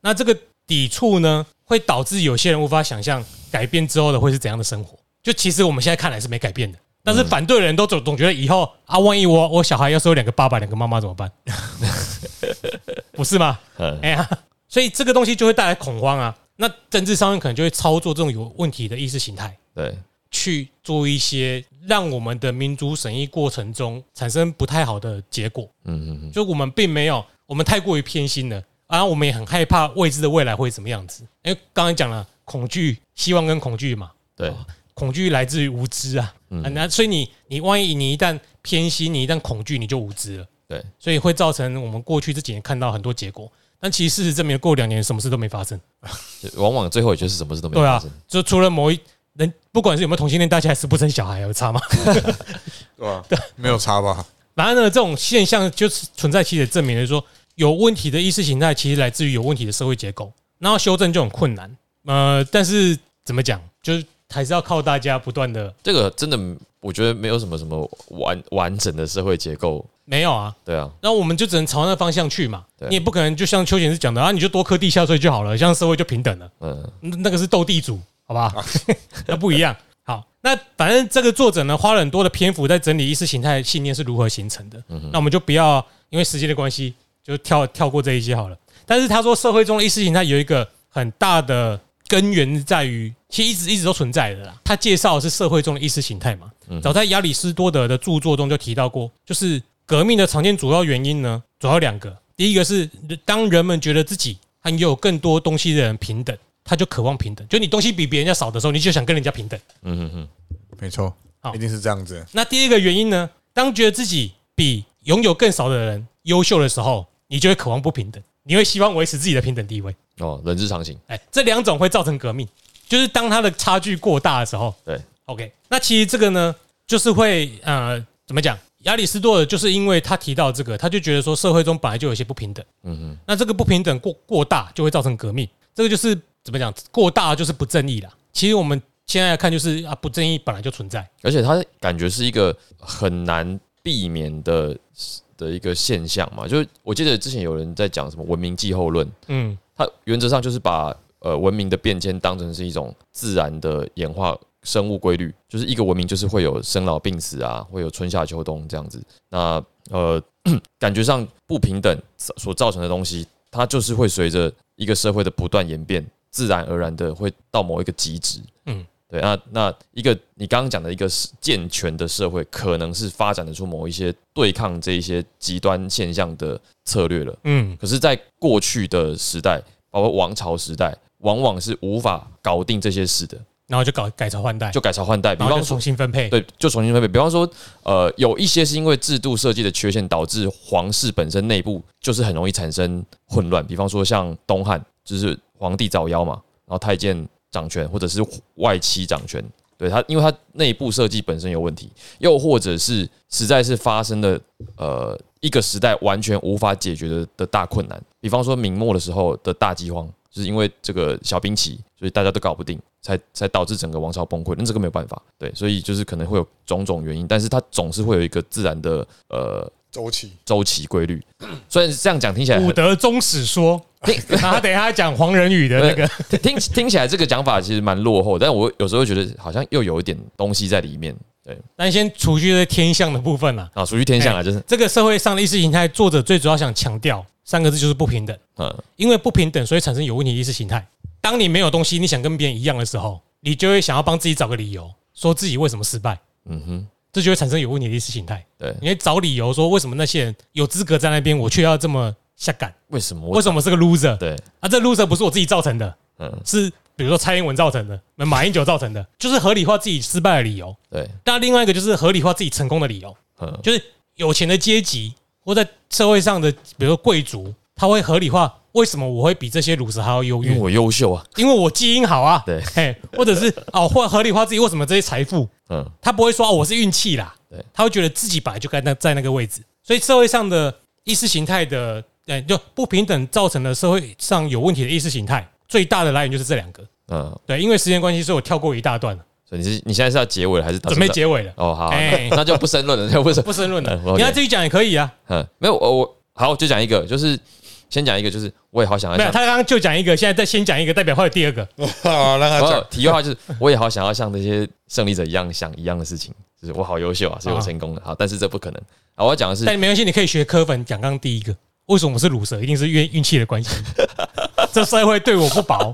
Speaker 1: 那这个抵触呢，会导致有些人无法想象改变之后的会是怎样的生活。就其实我们现在看来是没改变的，但是反对的人都总总觉得以后啊，万一我我小孩要是有两个爸爸、两个妈妈怎么办？不是吗？
Speaker 2: 嗯，
Speaker 1: 哎呀，所以这个东西就会带来恐慌啊。那政治上面可能就会操作这种有问题的意识形态，
Speaker 2: 对，
Speaker 1: 去做一些让我们的民主审议过程中产生不太好的结果。
Speaker 2: 嗯嗯嗯，
Speaker 1: 就我们并没有，我们太过于偏心了，啊，我们也很害怕未知的未来会怎么样子。因为刚才讲了恐惧、希望跟恐惧嘛，
Speaker 2: 对，
Speaker 1: 恐惧来自于无知啊，
Speaker 2: 嗯
Speaker 1: 啊那、所以你你万一你一旦偏心，你一旦恐惧，你就无知了，
Speaker 2: 对，
Speaker 1: 所以会造成我们过去这几年看到很多结果。但其实事实证明，过两年什么事都没发生。
Speaker 2: 就往往最后也就是什么事都没
Speaker 1: 对
Speaker 2: 发
Speaker 1: 啊
Speaker 2: 生。，
Speaker 1: 就除了某一人，不管是有没有同性恋，大家还是不生小孩，有差吗？
Speaker 3: 对吧？没有差吧？
Speaker 1: 然而呢，这种现象就是存在，其实也证明了说，有问题的意识形态其实来自于有问题的社会结构，然后修正就很困难。呃，但是怎么讲，就是还是要靠大家不断的
Speaker 2: 这个真的，我觉得没有什么什么完完整的社会结构，
Speaker 1: 没有啊，
Speaker 2: 对啊，
Speaker 1: 那我们就只能朝那个方向去嘛。
Speaker 2: 对
Speaker 1: 你也不可能就像邱显是讲的啊，你就多磕地下税就好了，这样社会就平等了。
Speaker 2: 嗯，啊
Speaker 1: 那那个是斗地主，好吧？ 那不一样。好，那反正这个作者呢，花了很多的篇幅在整理意识形态信念是如何形成的。
Speaker 2: 嗯
Speaker 1: 那我们就不要因为时间的关系，就跳跳过这一些好了。但是他说，社会中的意识形态有一个很大的根源在于，其实一直一直都存在的啦。他介绍的是社会中的意识形态嘛，早在亚里士多德的著作中就提到过，就是革命的常见主要原因呢，主要有两个。第一个是当人们觉得自己和拥有更多东西的人平等，他就渴望平等，就你东西比别人家少的时候，你就想跟人家平等。
Speaker 2: 嗯嗯嗯，
Speaker 3: 没错
Speaker 1: 好，
Speaker 3: 一定是这样子。
Speaker 1: 那第二个原因呢，当觉得自己比拥有更少的人优秀的时候，你就会渴望不平等，你会希望维持自己的平等地位。
Speaker 2: 哦，人之常情，
Speaker 1: 哎，这两种会造成革命，就是当它的差距过大的时候。
Speaker 2: 对，
Speaker 1: OK，那其实这个呢，就是会呃，怎么讲？亚里士多德就是因为他提到这个，他就觉得说社会中本来就有一些不平等，
Speaker 2: 嗯嗯，
Speaker 1: 那这个不平等过过大就会造成革命，这个就是怎么讲？过大就是不正义啦。其实我们现在来看，就是啊，不正义本来就存在。
Speaker 2: 而且它感觉是一个很难避免的的一个现象嘛，就是我记得之前有人在讲什么文明季后论，
Speaker 1: 嗯，
Speaker 2: 它原则上就是把呃文明的变迁当成是一种自然的演化生物规律，就是一个文明就是会有生老病死啊，会有春夏秋冬这样子。那呃，感觉上不平等所造成的东西，它就是会随着一个社会的不断演变，自然而然的会到某一个极值。
Speaker 1: 嗯
Speaker 2: 嗯，对。那那一个你刚刚讲的一个是健全的社会，可能是发展得出某一些对抗这一些极端现象的策略了。
Speaker 1: 嗯，
Speaker 2: 可是，在过去的时代，包括王朝时代，往往是无法搞定这些事的，
Speaker 1: 然后就搞改朝换代，
Speaker 2: 就改朝换代。比
Speaker 1: 然后
Speaker 2: 方
Speaker 1: 就
Speaker 2: 说
Speaker 1: 重，新分配。
Speaker 2: 对，就重新分配。比方说，呃，有一些是因为制度设计的缺陷，导致皇室本身内部就是很容易产生混乱。比方说，像东汉，就是皇帝早夭嘛，然后太监掌权，或者是外戚掌权。对他，因为他内部设计本身有问题，又或者是实在是发生了呃一个时代完全无法解决的的大困难。比方说明末的时候的大饥荒，就是因为这个小兵棋，所以大家都搞不定，才才导致整个王朝崩溃。那这个没有办法，对，所以就是可能会有种种原因，但是它总是会有一个自然的呃
Speaker 3: 周期
Speaker 2: 周期规律。 虽然这样讲听起来很
Speaker 1: 武德宗史说，
Speaker 2: 听
Speaker 1: 然后等一下讲黄仁宇的那个，
Speaker 2: 听听起来这个讲法其实蛮落后，但我有时候觉得好像又有一点东西在里面。对，
Speaker 1: 但先除去这天象的部分啦、
Speaker 2: 啊，属于天象啊，就是
Speaker 1: 这个社会上的意识形态，作者最主要想强调三个字就是不平等，
Speaker 2: 嗯，
Speaker 1: 因为不平等，所以产生有问题的意识形态。当你没有东西，你想跟别人一样的时候，你就会想要帮自己找个理由，说自己为什么失败，
Speaker 2: 嗯哼，
Speaker 1: 这就会产生有问题的意识形态。
Speaker 2: 对
Speaker 1: 你会找理由说为什么那些人有资格在那边，我却要这么下岗。
Speaker 2: 为什么我？
Speaker 1: 为什么是个 loser？
Speaker 2: 对，
Speaker 1: 啊，这 loser 不是我自己造成的，
Speaker 2: 嗯，
Speaker 1: 是比如说蔡英文造成的，马英九造成的，就是合理化自己失败的理由。
Speaker 2: 对，
Speaker 1: 但另外一个就是合理化自己成功的理由，
Speaker 2: 嗯，
Speaker 1: 就是有钱的阶级或在社会上的，比如说贵族，他会合理化为什么我会比这些乳蛇还要优
Speaker 2: 因为
Speaker 1: 越，
Speaker 2: 我优秀啊，
Speaker 1: 因为我基因好啊，
Speaker 2: 对
Speaker 1: 嘿，或者是哦，或合理化自己为什么这些财富，
Speaker 2: 嗯，
Speaker 1: 他不会说哦我是运气啦，
Speaker 2: 对，
Speaker 1: 他会觉得自己本来就该那在那个位置，所以社会上的意识形态的，呃，就不平等造成了社会上有问题的意识形态，最大的来源就是这两个。
Speaker 2: 嗯，
Speaker 1: 对，因为时间关系，所以我跳过一大段，
Speaker 2: 所以你是你现在是要结尾了还是打
Speaker 1: 准备？结尾了，
Speaker 2: 哦，好，
Speaker 1: 哎
Speaker 2: 那那就不申论了， 那就不申
Speaker 1: 不，申论了
Speaker 2: 嗯。我
Speaker 1: 你要自己讲也可以啊，
Speaker 2: 嗯，没有，我我好就讲一个，就是先讲一个，就是我也好想要
Speaker 1: 没有，
Speaker 2: 像，
Speaker 1: 他刚刚就讲一个，现在再先讲一个，代表会有第二个。
Speaker 3: 好，让他
Speaker 2: 没有
Speaker 3: 讲。
Speaker 2: 题外话就是我也好想要像那些胜利者一样想一样的事情，就是我好优秀啊，所以我
Speaker 1: 啊
Speaker 2: 成功了，好，但是这不可能啊，我要讲的是
Speaker 1: 但没关系，你可以学科粉讲刚刚第一个，为什么我是乳蛇，一定是运运气的 关系。这社会对我不 薄，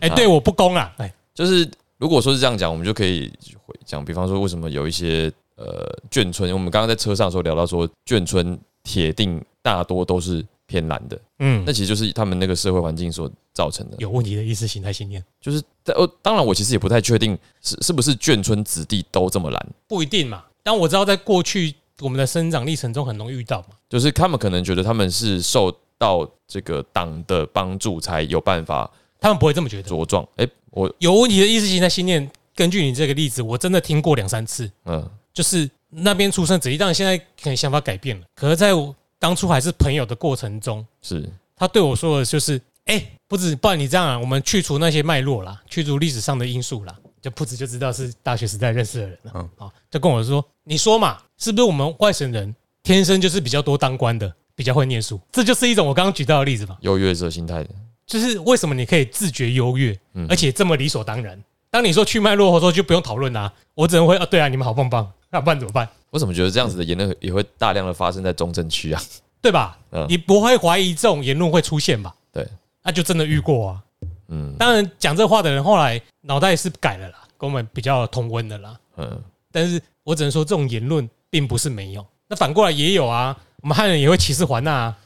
Speaker 1: 哎，对我不公啊，哎，
Speaker 2: 就是如果说是这样讲，我们就可以回讲，比方说为什么有一些呃眷村，我们刚刚在车上的时候聊到说眷村铁定大多都是偏蓝的，
Speaker 1: 嗯
Speaker 2: 那，其实就是他们那个社会环境所造成的。
Speaker 1: 有问题的意识形态信念
Speaker 2: 就是呃，当然我其实也不太确定是是不是眷村子弟都这么蓝，
Speaker 1: 不一定嘛，但我知道在过去我们的生长历程中很容易遇到嘛。
Speaker 2: 就是他们可能觉得他们是受到这个党的帮助才有办法
Speaker 1: 他们不会这么觉得。
Speaker 2: 茁壮。哎、我
Speaker 1: 有问题的意识形态信念，根据你这个例子，我真的听过两三次，
Speaker 2: 嗯
Speaker 1: 就是那边出生子弟，当然现在可能想法改变了，可是在我当初还是朋友的过程中，
Speaker 2: 是
Speaker 1: 他对我说的就是，哎、不止，不然你这样啊，我们去除那些脉络啦，去除历史上的因素啦，就不止就知道是大学时代认识的人了。
Speaker 3: 嗯
Speaker 1: 好，就跟我说，你说嘛，是不是我们外省人天生就是比较多当官的，比较会念书？这就是一种我刚刚举到的例子嘛。
Speaker 2: 优越者心态的，
Speaker 1: 就是为什么你可以自觉优越，
Speaker 2: 嗯
Speaker 1: 而且这么理所当然。当你说去脉络的时候，就不用讨论啦。我只能会啊，对啊，你们好棒棒，那不然怎么办？
Speaker 2: 我怎么觉得这样子的言论也会大量的发生在中正区啊？
Speaker 1: 对吧？
Speaker 2: 嗯
Speaker 1: 你不会怀疑这种言论会出现吧？
Speaker 2: 对，
Speaker 1: 那就真的遇过啊。
Speaker 2: 嗯
Speaker 1: 当然，讲这话的人后来脑袋是改了啦，跟我们比较同温的啦。
Speaker 2: 嗯，
Speaker 1: 但是我只能说，这种言论并不是没有。那反过来也有啊，我们汉人也会歧视环娜啊。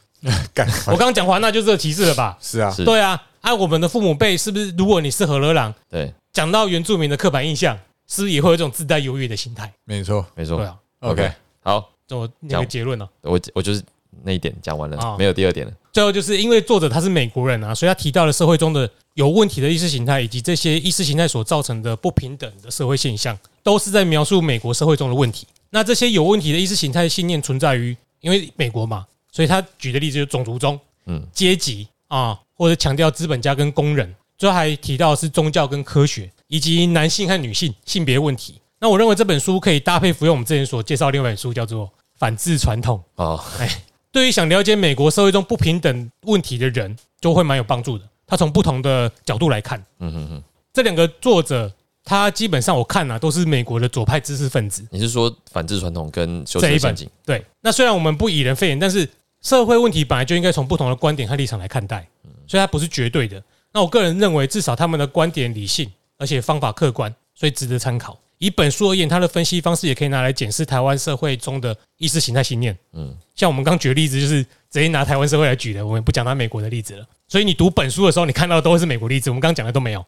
Speaker 3: 干
Speaker 1: 我刚刚讲环娜就是这个歧视了吧？
Speaker 3: 是啊，
Speaker 2: 是
Speaker 1: 对啊，按、我们的父母辈是不是？如果你是何勒朗，
Speaker 2: 对，
Speaker 1: 讲到原住民的刻板印象，是不是也会有一种自带优越的心态？
Speaker 3: 没错。
Speaker 2: 没
Speaker 1: 对
Speaker 2: 错。
Speaker 1: 啊，
Speaker 3: OK，
Speaker 2: 好，
Speaker 1: 这我那个结论啊呢、
Speaker 2: 我我就是那一点讲完了
Speaker 1: 哦，
Speaker 2: 没有第二点了。
Speaker 1: 最后就是因为作者他是美国人啊，所以他提到了社会中的有问题的意识形态，以及这些意识形态所造成的不平等的社会现象，都是在描述美国社会中的问题。那这些有问题的意识形态信念存在于，因为美国嘛，所以他举的例子就是种族中、
Speaker 2: 嗯
Speaker 1: 阶级啊，或者强调资本家跟工人，最后还提到是宗教跟科学，以及男性和女性性别问题。那我认为这本书可以搭配服用我们之前所介绍的另外一本书，叫做《反制传统》。
Speaker 2: 哦，
Speaker 1: 对于想了解美国社会中不平等问题的人，就会蛮有帮助的。他从不同的角度来看，
Speaker 2: 嗯嗯嗯，
Speaker 1: 这两个作者，他基本上我看啊，都是美国的左派知识分子。
Speaker 2: 你是说反制传统跟修
Speaker 1: 这
Speaker 2: 辞
Speaker 1: 一
Speaker 2: 陷
Speaker 1: 本
Speaker 2: 阱？
Speaker 1: 对，那虽然我们不以人废言，但是社会问题本来就应该从不同的观点和立场来看待，所以它不是绝对的。那我个人认为，至少他们的观点理性，而且方法客观，所以值得参考。以本书而言，它的分析方式也可以拿来检视台湾社会中的意识形态信念。
Speaker 2: 嗯
Speaker 1: 嗯，像我们刚举的例子，就是直接拿台湾社会来举的，我们不讲拿美国的例子了。所以你读本书的时候，你看到的都是美国例子，我们刚讲的都没 有。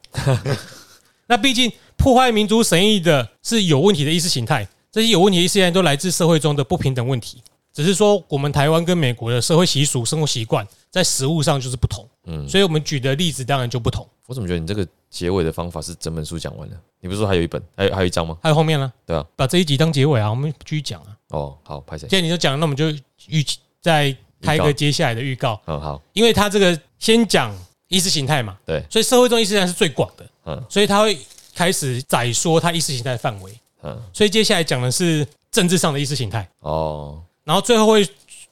Speaker 1: 那毕竟破坏民族神意的是有问题的意识形态，这些有问题的意识形态都来自社会中的不平等问题。只是说，我们台湾跟美国的社会习俗、生活习惯在食物上就是不同，
Speaker 2: 嗯，
Speaker 1: 所以我们举的例子当然就不同。
Speaker 2: 我怎么觉得你这个结尾的方法是整本书讲完了？你不是说还有一本，还有还有一章吗？
Speaker 1: 还有后面呢？
Speaker 2: 对啊，
Speaker 1: 把这一集当结尾啊，我们继续讲啊。
Speaker 2: 哦，好，拍谁
Speaker 1: 既？然你都讲了，那我们就预期再开一
Speaker 2: 预告
Speaker 1: 个接下来的预告，
Speaker 2: 嗯，好，
Speaker 1: 因为它这个先讲意识形态嘛，
Speaker 2: 对，
Speaker 1: 所以社会中意识形态是最广的，
Speaker 2: 嗯
Speaker 1: 所以它会开始窄说它意识形态的范围。
Speaker 2: 嗯，
Speaker 1: 所以接下来讲的是政治上的意识形态。
Speaker 2: 哦，
Speaker 1: 然后最后会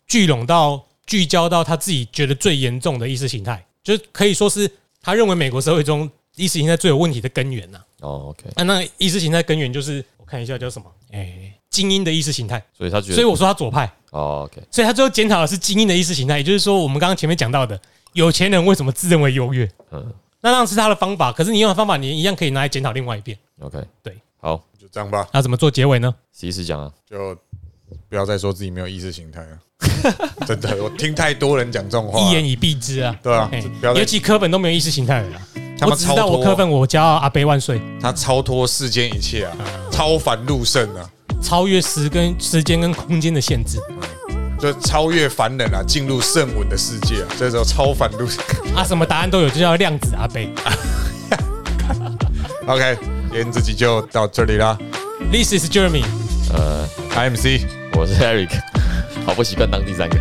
Speaker 1: 聚拢到聚焦到他自己觉得最严重的意识形态，就是可以说是他认为美国社会中意识形态最有问题的根源呐、啊。
Speaker 2: 哦，OK，
Speaker 1: 那那意识形态根源就是我看一下叫什么？哎、精英的意识形态。
Speaker 2: 所以他觉得，
Speaker 1: 所以我说他左派，
Speaker 2: 哦，OK，
Speaker 1: 所以他最后检讨的是精英的意识形态，也就是说我们刚刚前面讲到的有钱人为什么自认为优越，
Speaker 2: 嗯
Speaker 1: 那当然是他的方法。可是你用的方法，你一样可以拿来检讨另外一遍。啊
Speaker 2: ，OK，
Speaker 1: 对，
Speaker 2: 好，
Speaker 3: 就这样吧。
Speaker 1: 那怎么做结尾呢？
Speaker 2: 试一试讲啊，
Speaker 3: 就不要再说自己没有意识形态了，真的，我听太多人讲这种话
Speaker 1: 一
Speaker 3: 了，
Speaker 1: 言以蔽之 啊。
Speaker 3: 对啊
Speaker 1: 嘿
Speaker 3: 这哦不要再
Speaker 1: 尤其科本都没有意识形态了啦。
Speaker 3: 他
Speaker 1: 我
Speaker 3: 们
Speaker 1: 只知道
Speaker 3: 超
Speaker 1: 我科
Speaker 3: 脱，啊
Speaker 1: 本，我骄傲，阿贝万岁，
Speaker 3: 他超脱世间一切啊，超凡入圣啊，
Speaker 1: 超越时跟时间跟空间的限制。
Speaker 3: 就超越凡人啊，进入圣文的世界啊，这时候超凡入圣。
Speaker 1: 啊，什么答案都有，就叫量子阿贝。
Speaker 3: OK，今天这集就到这里啦
Speaker 1: This is Jeremy，
Speaker 2: 呃，
Speaker 3: ，IMC。
Speaker 2: 我是 Eric，好不习惯当第三个。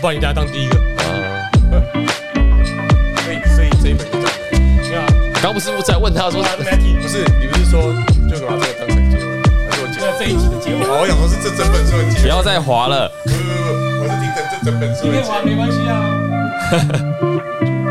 Speaker 1: 不然你等下当第一个。
Speaker 2: 呃
Speaker 3: 所以，所以这一本就这样。
Speaker 1: 对啊，
Speaker 2: 刚不是在问他说他的
Speaker 3: Matty 不是，你不是说就把这个当成结尾，还是我结
Speaker 1: 那这一集的结尾，
Speaker 3: 哦，我想说是这整本书的结尾。
Speaker 2: 不要再滑了。
Speaker 3: 不不不，我是听成这整本书的
Speaker 1: 没
Speaker 3: 结
Speaker 1: 玩
Speaker 3: 尾。
Speaker 1: 没关系啊。
Speaker 3: 啊